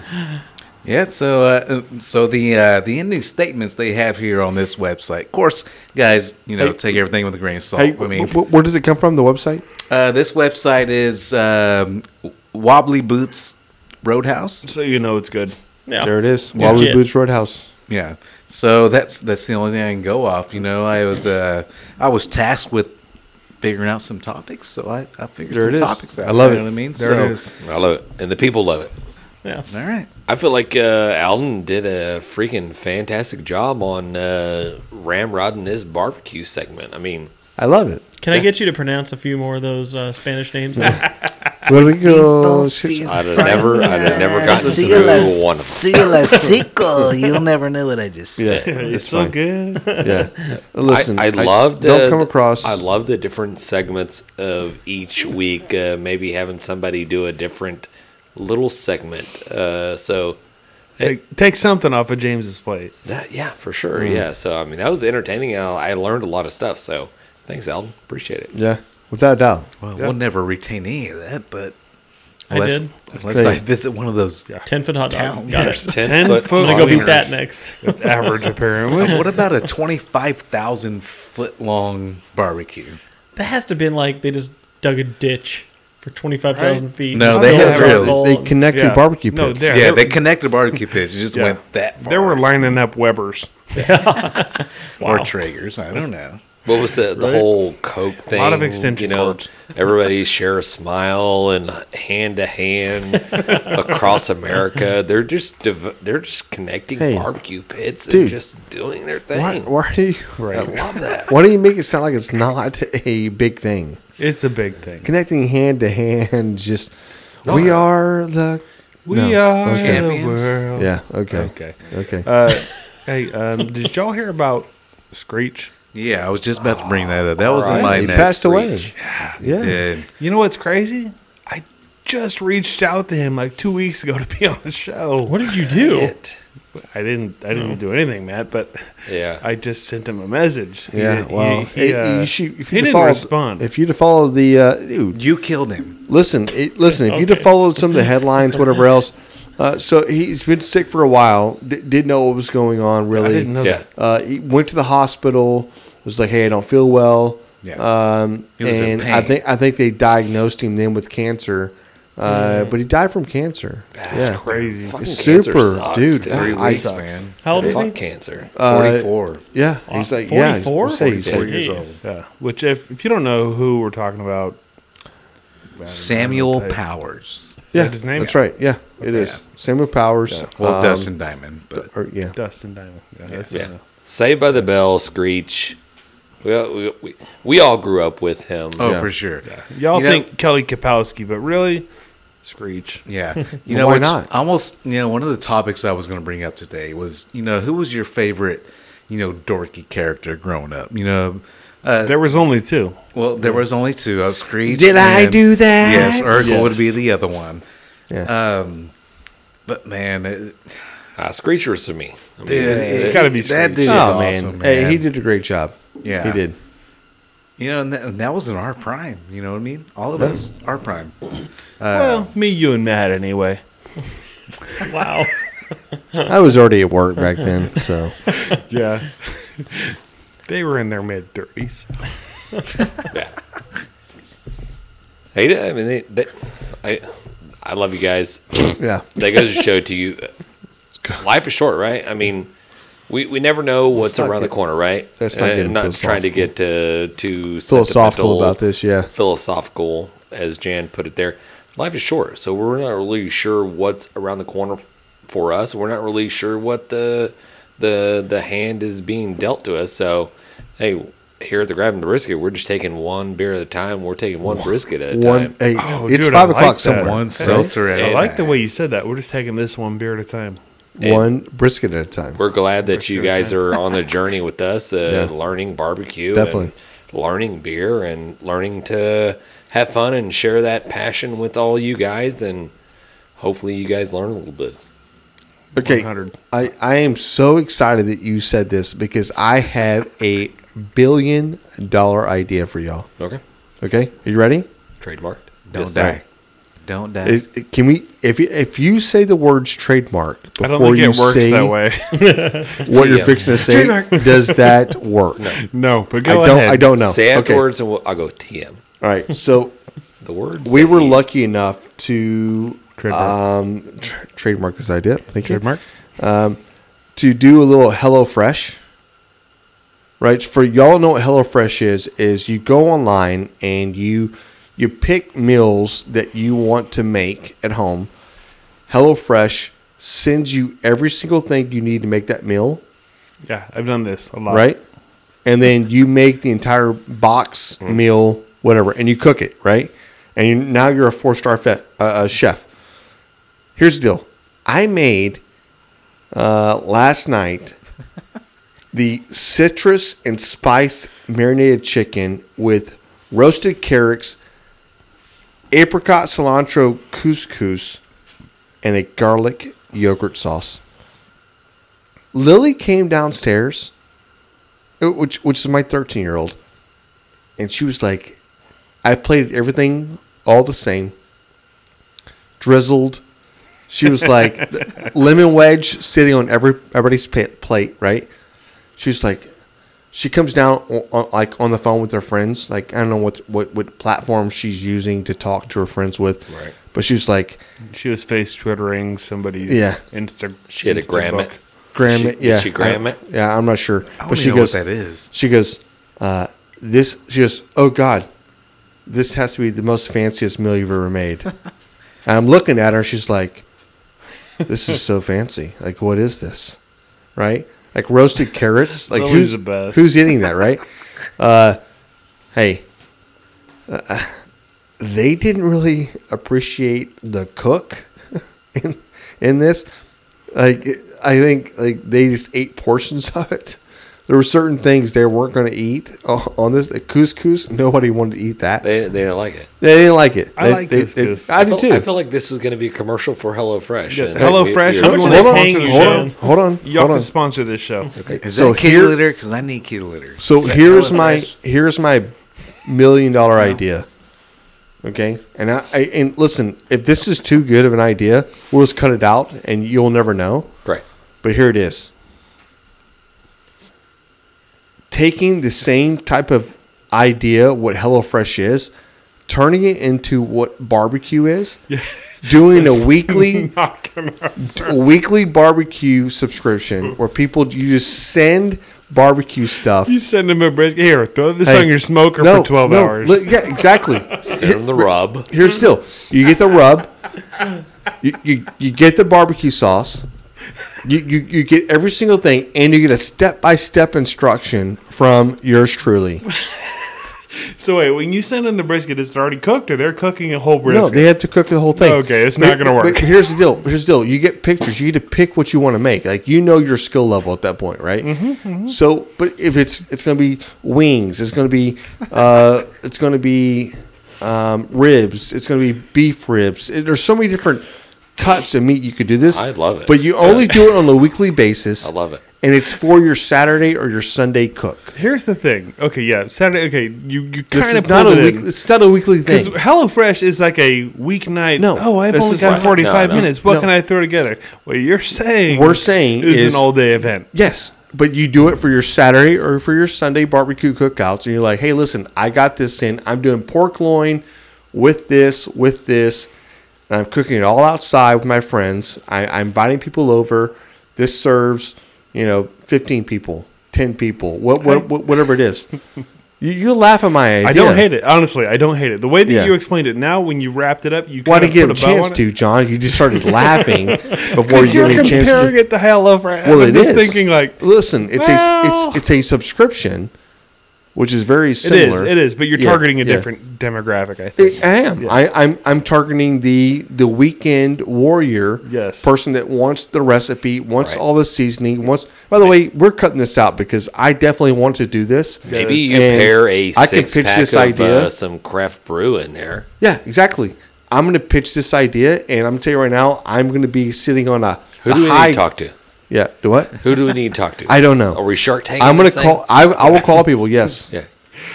S4: Yeah, so uh, so the uh, the ending statements they have here on this website. Of course, guys, you know,
S2: Hey-
S4: take everything with a grain of salt.
S2: hey,
S4: I mean,
S2: wh- wh- where does it come from? The website?
S4: uh, this website is um, Wobbly Boots Roadhouse.
S1: So you know it's good.
S5: Yeah.
S2: There it is.
S5: Yeah.
S2: Wobbly
S5: Legit.
S2: Boots Roadhouse.
S4: Yeah, so that's that's the only thing I can go off. You know, I was uh, I was tasked with figuring out some topics, so I, I figured
S2: There
S4: some
S2: it is.
S4: topics out.
S2: I love
S4: you
S2: it.
S4: Know what I mean,
S1: There
S4: so,
S1: it is.
S3: [LAUGHS] I love it, and the people love it.
S5: Yeah.
S4: All right.
S3: I feel like uh, Alden did a freaking fantastic job on uh, ramrodding this barbecue segment. I mean,
S2: I love it.
S5: Can I get you to pronounce a few more of those uh, Spanish names? [LAUGHS]
S2: Where do we go?
S3: I'd have never, I'd have never gotten
S6: See
S3: through
S6: you la,
S3: one of them.
S6: see you la seco. You'll never know what I just
S2: [LAUGHS]
S6: said.
S2: Yeah,
S1: It's
S2: that's
S1: so
S2: fine.
S1: good.
S2: [LAUGHS] Yeah, listen.
S3: I, I love the.
S2: Don't come across.
S3: I love the different segments of each week. Uh, maybe having somebody do a different little segment. Uh, so
S1: Take, take something off of James's plate.
S3: that, yeah, for sure,
S2: Mm.
S3: yeah. So I mean, that was entertaining. and I, I learned a lot of stuff. So thanks, Alden. Appreciate it.
S2: yeah, without a doubt.
S4: Well, we'll never retain any of that, but
S5: I
S4: unless,
S5: did.
S4: unless I
S2: Okay.
S4: visit one of those
S5: Ten foot hot dog.
S4: towns
S5: Got
S4: or
S5: it.
S4: something.
S1: Ten foot.
S5: I'm gonna go beat
S1: leaders.
S5: that next.
S1: It's average, apparently.
S4: [LAUGHS] what about a 25,000 foot long barbecue?
S5: That has to have been like they just dug a ditch for twenty five thousand
S1: Right.
S5: feet.
S4: No,
S5: Just
S4: they
S5: built
S4: had
S5: a
S4: drills.
S5: hole.
S2: They connected
S1: Yeah.
S2: barbecue
S1: No,
S2: pits.
S1: there-
S4: Yeah, they connected barbecue pits. It just
S1: Yeah.
S4: went that far.
S1: They were lining up Weber's.
S4: or Traegers. I don't know.
S3: What was the, the whole Coke thing?
S1: lot of extension
S3: you know,
S1: cords.
S3: everybody share a smile and hand to hand across America. They're just div- they're just connecting
S2: Hey,
S3: barbecue pits
S2: dude.
S3: and just doing their
S2: Why,
S3: thing.
S2: why do you?
S3: I love that.
S2: Why do you make it sound like it's not a big thing?
S1: It's a big thing.
S2: Connecting hand to hand, just
S3: No,
S2: we
S3: I-
S2: are the.
S1: We
S2: No.
S1: are
S2: Okay.
S4: Champions?
S1: the world.
S2: Yeah. Okay.
S1: Okay.
S2: Okay.
S1: Uh, hey, um, did y'all hear about Screech?
S4: Yeah, I was just about to bring that up. That was in my
S2: he
S4: next
S2: passed away.
S4: reach.
S2: Yeah.
S4: [LAUGHS] Yeah.
S1: You know what's crazy? I just reached out to him like two weeks ago to be on the show.
S5: What did you do?
S1: I didn't. I didn't do anything, Matt. But
S3: Yeah.
S1: I just sent him a message. He
S2: Yeah,
S1: did- he-
S2: well,
S1: he,
S2: it-
S1: uh,
S2: you should, if
S1: he
S2: you'd
S1: didn't
S2: followed,
S1: respond.
S2: If you'd have followed the uh, dude,
S4: You killed him.
S2: listen, it, listen. If you'd have followed some of the headlines, whatever else. Uh, so he's been sick for a while. D- didn't know what was going on. Really,
S1: I didn't know
S3: yeah.
S1: that.
S2: Uh, he went to the hospital. Was like, hey, I don't feel well.
S4: Yeah.
S2: Um,
S4: He was in
S2: and I
S4: pain.
S2: think I think they diagnosed him then with cancer, uh,
S4: Mm.
S2: but he died from cancer.
S3: That's
S2: yeah,
S1: Crazy.
S3: Fucking
S2: It's
S3: cancer
S2: super,
S3: sucks,
S2: dude.
S4: Three
S2: I-
S4: weeks,
S2: sucks.
S4: man.
S5: How old is
S3: Fuck
S5: he?
S3: cancer.
S2: Uh,
S4: 44.
S2: yeah. He's like, yeah,
S5: 44?
S2: he's- he's like-
S5: 44 years old.
S1: Yeah. Which, if if you don't know who we're talking about,
S4: Samuel
S1: Hey.
S4: Powers.
S2: yeah,
S1: Is that his name?
S2: That's right. Yeah, it is.
S4: Yeah.
S2: Samuel Powers.
S4: Well,
S2: um,
S4: Dustin Diamond, but
S2: Or, yeah,
S1: Dustin Diamond. Yeah. That's uh, what I
S3: Yeah.
S1: know.
S3: Saved by the Bell, Screech. We, all- we, we, we all grew up with him.
S4: oh,
S2: Yeah.
S4: for sure.
S1: Y'all
S4: You know-
S1: think Kelly Kapowski, but really, Screech.
S2: [LAUGHS]
S4: Yeah, you
S2: Well,
S4: know
S2: why
S4: why not?
S2: not?
S4: Almost, you know, one of the topics I was going to bring up today was, you know, who was your favorite, you know, dorky character growing up? You know, uh,
S1: There was only two.
S4: well, there was only two. I was Screech.
S2: Did I
S4: and-
S2: do that?
S4: Yes, Urkel would
S1: Yes.
S4: be the other one.
S2: yeah.
S4: Um, but man, it,
S3: Uh, Screechers to me. I mean,
S4: dude,
S1: it's gotta be
S4: that
S1: Screech.
S4: dude.
S2: oh
S4: is
S2: man.
S4: awesome,
S2: hey, he
S4: man.
S2: did a great job.
S4: Yeah.
S2: he
S4: [LAUGHS]
S2: did.
S4: You know, and that, and that was in our prime. You know what I mean? All of us, our prime. uh,
S1: well, me, you, and Matt, anyway.
S5: Wow.
S2: I was already at work back then, so
S1: Yeah. [LAUGHS] they were in their mid 30s.
S3: Yeah. Hey, I mean, they, they, I, I love you guys.
S2: yeah. [LAUGHS]
S3: that goes to show to you, life is short, right? I mean, we, we never know what's
S2: not
S3: around the
S2: get-
S3: corner, right?
S2: let's not
S3: Uh,
S2: get
S3: not trying to
S2: philosophical.
S3: get uh, too
S2: Philosophical
S3: sentimental,
S2: about this, yeah.
S3: Philosophical, as Jan put it there. Life is short, so we're not really sure what's around the corner for us. We're not really sure what the the the hand is being dealt to us. So, hey, here at the grabbing the brisket, we're just taking one beer at a time. We're taking one brisket at a
S2: One,
S3: time.
S2: hey,
S1: Oh,
S2: it's
S1: dude, I
S2: five
S1: like
S2: o'clock
S1: that.
S2: somewhere.
S4: One
S2: One,
S4: seltzer at
S1: I
S4: a
S1: like the
S4: time.
S1: way you said that. We're just taking this one beer at a time.
S2: brisket at a time.
S3: We're glad that you guys are [LAUGHS] on the journey with us, uh,
S2: Yeah.
S3: learning barbecue,
S2: Definitely.
S3: and learning beer, and learning to have fun and share that passion with all you guys. And hopefully, you guys learn a little bit.
S2: Okay,
S1: 100.
S2: I, I am so excited that you said this because I have a billion dollar idea for y'all.
S3: Okay,
S2: Okay, are you ready?
S3: trademarked.
S4: Don't
S3: Yes,
S4: die.
S3: sir.
S4: Don't die.
S2: Is- can we? If you, if you say the words trademark before
S1: I don't think
S2: you
S1: it works
S2: say
S1: that way. [LAUGHS]
S2: [LAUGHS] what you're
S3: Yeah.
S2: fixing to say, [LAUGHS] does that work? No,
S1: no, but
S2: I
S1: go
S2: don't.
S1: ahead.
S2: I don't know.
S3: Say
S2: Oh, okay.
S3: afterwards, and we'll, I'll go TM.
S2: All right.
S3: [LAUGHS]
S2: So
S3: The words
S2: we
S3: that
S2: were
S3: he-
S2: lucky enough to
S1: Trademark.
S2: um, tr- trademark this idea. Thank you.
S1: Trademark.
S2: to do a little HelloFresh. Right? For y'all know what HelloFresh is, is you go online and you you pick meals that you want to make at home. HelloFresh sends you every single thing you need to make that meal,
S1: Yeah, I've done this a lot.
S2: right? And then you make the entire box meal, whatever, and you cook it, right? And you, now you're a four star fe- uh, uh, chef. Here's the deal: I made uh, last night the citrus and spice marinated chicken with roasted carrots, apricot cilantro couscous, and a garlic yogurt sauce. Lily came downstairs, uh, which which is my thirteen year old, and she was like, "I played everything all the same, drizzled." She was like th- lemon wedge sitting on every everybody's pa- plate, right? She's like, she comes down on, on, like on the phone with her friends. Like I don't know what what what platform she's using to talk to her friends with,
S3: Right.
S2: But she was like,
S1: She was face twittering somebody's
S2: Yeah.
S1: Insta.
S3: She had a
S1: Insta
S3: gram it.
S1: book.
S2: "Gram
S3: She-
S2: it,
S3: did
S2: yeah."
S3: she gram
S2: I-
S3: it?
S2: Yeah, I'm not sure,
S4: I don't
S2: but
S4: even
S2: she
S4: know
S2: goes,
S4: what that is.
S2: She goes, uh, this. She goes, oh God, this has to be the most fanciest meal you've ever
S4: [LAUGHS]
S2: made. And I'm looking at her. She's like, this is so fancy. Like, what is this? Right? Like roasted carrots. Like
S1: Lily's
S2: who's
S1: the best.
S2: who's eating that?
S1: [LAUGHS]
S2: Right? Uh, hey, uh, they didn't really appreciate the cook [LAUGHS] in in this. Like I think like they just ate portions of it. There were certain things they weren't going to eat o- on this. The couscous, nobody wanted to eat that. They,
S3: They, they didn't like it.
S2: didn't like it.
S1: I
S2: They-
S1: like
S2: they-
S1: couscous.
S2: they- I,
S3: I
S2: do
S3: feel,
S2: too.
S3: I feel like this is going to be a commercial for HelloFresh.
S1: Yeah,
S3: and
S1: Hello
S3: we-
S1: Fresh,
S3: we-
S1: if you want
S2: hold,
S1: to
S2: on,
S1: hang your
S2: hold
S1: show.
S2: on, hold on,
S1: Y'all
S2: hold on.
S1: can sponsor this show. [LAUGHS]
S4: Is
S2: so
S4: that kitty
S2: here-
S4: litter? Because I need kitty litter.
S2: So
S4: Is that
S2: here's
S4: color
S2: my
S4: fresh?
S2: here's my million dollar idea. Okay, and I, I and listen, if this is too good of an idea, we'll just cut it out, and you'll never know.
S3: Right.
S2: But here it is. Taking the same type of idea, what HelloFresh is, turning it into what barbecue is, [LAUGHS] doing a
S4: [LAUGHS]
S2: weekly
S1: Not gonna-
S2: a weekly barbecue subscription where people you just send barbecue stuff.
S1: you send him a brisket. Here, throw this
S2: Hey,
S1: on your smoker
S2: no,
S1: for 12
S2: no,
S1: hours.
S2: li- yeah, exactly. [LAUGHS]
S3: Send 'em the rub.
S2: Here's still. You get the rub. You, you you get the barbecue sauce. You, you you get every single thing, and you get a step by step instruction from yours truly.
S1: So wait, when you send in the brisket, is it already cooked, or they're cooking a whole brisket?
S2: No, they have to cook the whole thing.
S1: Okay, it's not
S2: But-
S1: gonna work.
S2: But here's the deal. Here's the deal. You get pictures. You get to pick what you want to make. Like you know your skill level at that point, right?
S1: Mm-hmm,
S2: So, but if it's it's going to be wings, it's going to be uh, [LAUGHS] it's going to be um, ribs, it's going to be beef ribs. It- there's so many different cuts of meat you could do this.
S3: I love it.
S2: But you only do it on a weekly basis.
S3: I love it.
S2: And it's for your Saturday or your Sunday cook.
S1: Here's the thing. Okay, yeah, Saturday. Okay, you you
S2: This
S1: kind
S2: is
S1: of
S2: not a
S1: pulled it
S2: week,
S1: in.
S2: it's not a weekly
S1: Because
S2: thing.
S1: HelloFresh is like a weeknight.
S2: No,
S1: oh, I've
S2: this
S1: only
S2: is
S1: got
S2: like-
S1: 45
S3: no, no.
S1: minutes. What
S2: No.
S1: can I throw together? What you're saying,
S2: We're saying
S1: is,
S2: is-
S1: an all day event.
S2: Yes, but you do it for your Saturday or for your Sunday barbecue cookouts, and you're like, hey, listen, I got this in. I'm doing pork loin with this, with this, and I'm cooking it all outside with my friends. I, I'm inviting people over. This serves, you know, 15 people, 10 people, what, what, what, whatever it is. You, you laugh at my idea.
S1: I don't hate it. Honestly, I don't hate it. The way that
S2: Yeah.
S1: you explained it now, when you wrapped it up, you
S2: Why
S1: kind
S2: didn't
S1: of put
S2: give a
S1: a bow
S2: chance
S1: on it.
S2: to, John? You just
S1: [LAUGHS]
S2: started laughing before you
S1: You're
S2: gave me a chance to.
S1: comparing it to Hell over.
S2: Well,
S1: I'm
S2: it
S1: just
S2: is.
S1: thinking like
S2: Listen, it's
S1: well-
S2: a it's it's a subscription, which is very
S1: it is.
S2: similar.
S1: It is, but you're
S2: Yeah,
S1: targeting a
S2: yeah.
S1: different demographic. I think.
S2: I I am. I, I'm I'm targeting the the weekend warrior
S1: Yes.
S2: person that wants the recipe, wants
S3: Right.
S2: all the seasoning, wants. By the way, we're cutting this out because I definitely want to do this.
S3: Maybe you
S2: And
S3: pair a
S2: I
S3: six
S2: can pitch
S3: pack
S2: this
S3: of
S2: idea.
S3: Uh, some craft brew in there.
S2: Yeah, exactly. I'm going to pitch this idea, and I'm telling you right now, I'm going to be sitting on a
S3: Who
S2: a
S3: do we
S2: high,
S3: need to talk to?
S2: Yeah, do what?
S3: Who do we need to talk to?
S2: I don't know.
S3: Are we Shark Tank?
S2: I'm going to call. I, I will call people. Yes.
S3: [LAUGHS] Yeah,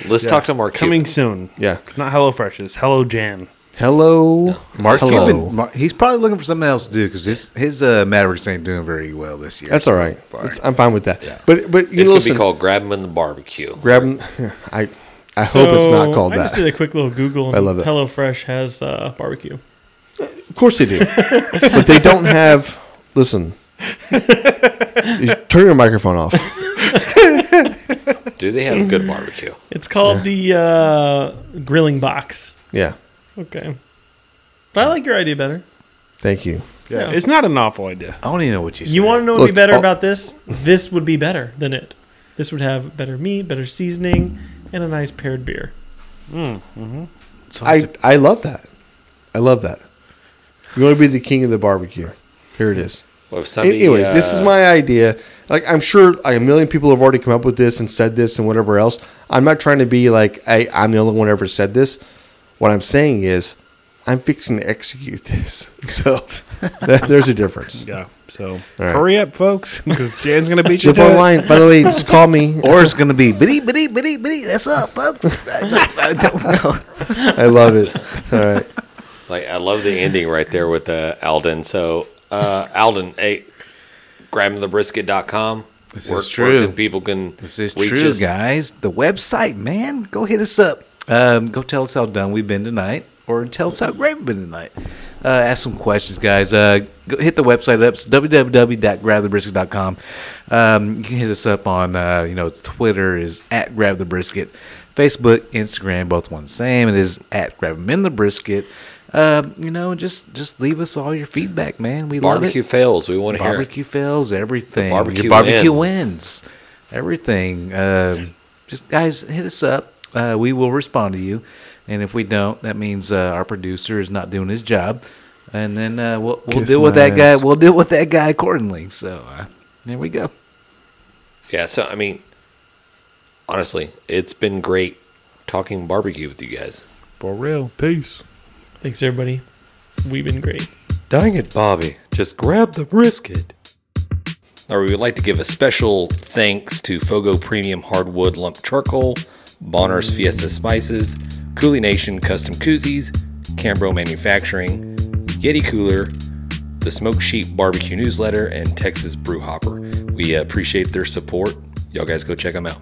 S3: let's talk to Mark.
S1: Coming
S3: Coming.
S1: soon.
S2: Yeah.
S1: It's not Hello Fresh. It's Hello Jan.
S2: Hello, Mark. Hello.
S4: Cuban, Mar- he's probably looking for something else to do because his his uh, Mavericks ain't doing very well this year.
S2: That's all right.
S4: Fine.
S2: It's- I'm fine with that.
S3: Yeah.
S2: But but you
S3: It's
S2: know,
S3: going to
S2: listen,
S3: be called Grab 'em in the Barbecue.
S2: grab 'em- I I hope it's not
S5: So,
S2: called
S5: I
S2: that.
S5: just did a quick little Google. And
S2: I love it.
S5: HelloFresh has uh, barbecue.
S2: Of course they do, but they don't have. Listen, You turn your microphone off.
S3: Do they have good barbecue?
S5: It's called the uh, grilling box.
S2: Yeah,
S5: Okay, but I like your idea better.
S2: thank you.
S1: Yeah.
S5: Yeah.
S1: It's not an awful idea.
S4: I don't even know what you.
S5: You
S4: said.
S5: want to know what
S2: Look,
S5: would be better
S2: I'll-
S5: about this? This would be better than it. This would have better meat, better seasoning, and a nice paired beer.
S4: So
S2: I
S4: to-
S2: I love that. I love that. You're going to be the king of the barbecue. Here it is.
S3: Well, if somebody,
S2: Anyways, this is
S3: uh,
S2: my idea. Like I'm sure like, a million people have already come up with this and said this and whatever else. I'm not trying to be like I, I'm the only one ever said this. What I'm saying is I'm fixing to execute this. [LAUGHS] So that, there's a difference.
S1: Yeah. So
S2: right.
S1: hurry up, folks, because Jan's gonna beat you
S2: Jump
S1: to it.
S2: online. By the way, just call me.
S4: or it's going to be bitty.
S6: Bitty, bitty, bitty. That's up, folks. I don't know.
S2: I love it. All right.
S3: Like I love the ending right there with uh, Alden. So uh, Alden, hey, grabbingthebrisket.com.
S4: This is true.
S3: can- people can
S4: This is
S3: reach
S4: true,
S3: us.
S4: guys. The website, man. Go hit us up. Um, go tell us how done we've been tonight, or tell us how great we've been tonight. Uh, ask some questions, guys. Uh, go hit the website up. It's www.grabthebrisket.com. Um, you can hit us up on, uh, you know, Twitter is at grab the brisket, Facebook, Instagram, both one same. It is at grab 'em in the brisket. Um, you know, just just leave us all your feedback, man. We love it
S3: Barbecue fails. We want to hear. it.
S4: barbecue fails everything.
S3: barbecue
S4: Your barbecue
S3: wins.
S4: wins. Everything. Um, just guys, hit us up. Uh, we will respond to you. And if we don't, that means uh, our producer is not doing his job. And then uh, we'll, we'll
S2: Kiss
S4: deal with
S2: my
S4: that guy.
S2: ass.
S4: We'll deal with that guy accordingly. So uh, there we go.
S3: Yeah. So I mean, honestly, it's been great talking barbecue with you guys.
S1: For real. Peace.
S5: Thanks, everybody. We've been great.
S3: Dang it, Bobby. Just grab the brisket. Or we would like to give a special thanks to Fogo Premium Hardwood Lump Charcoal, Bonner's Fiesta Spices, Cooley Nation Custom Koozies, Cambro Manufacturing, Yeti Cooler, the Smoke Sheep Barbecue Newsletter, and Texas Brew Hopper. We appreciate their support. Y'all guys go check them out.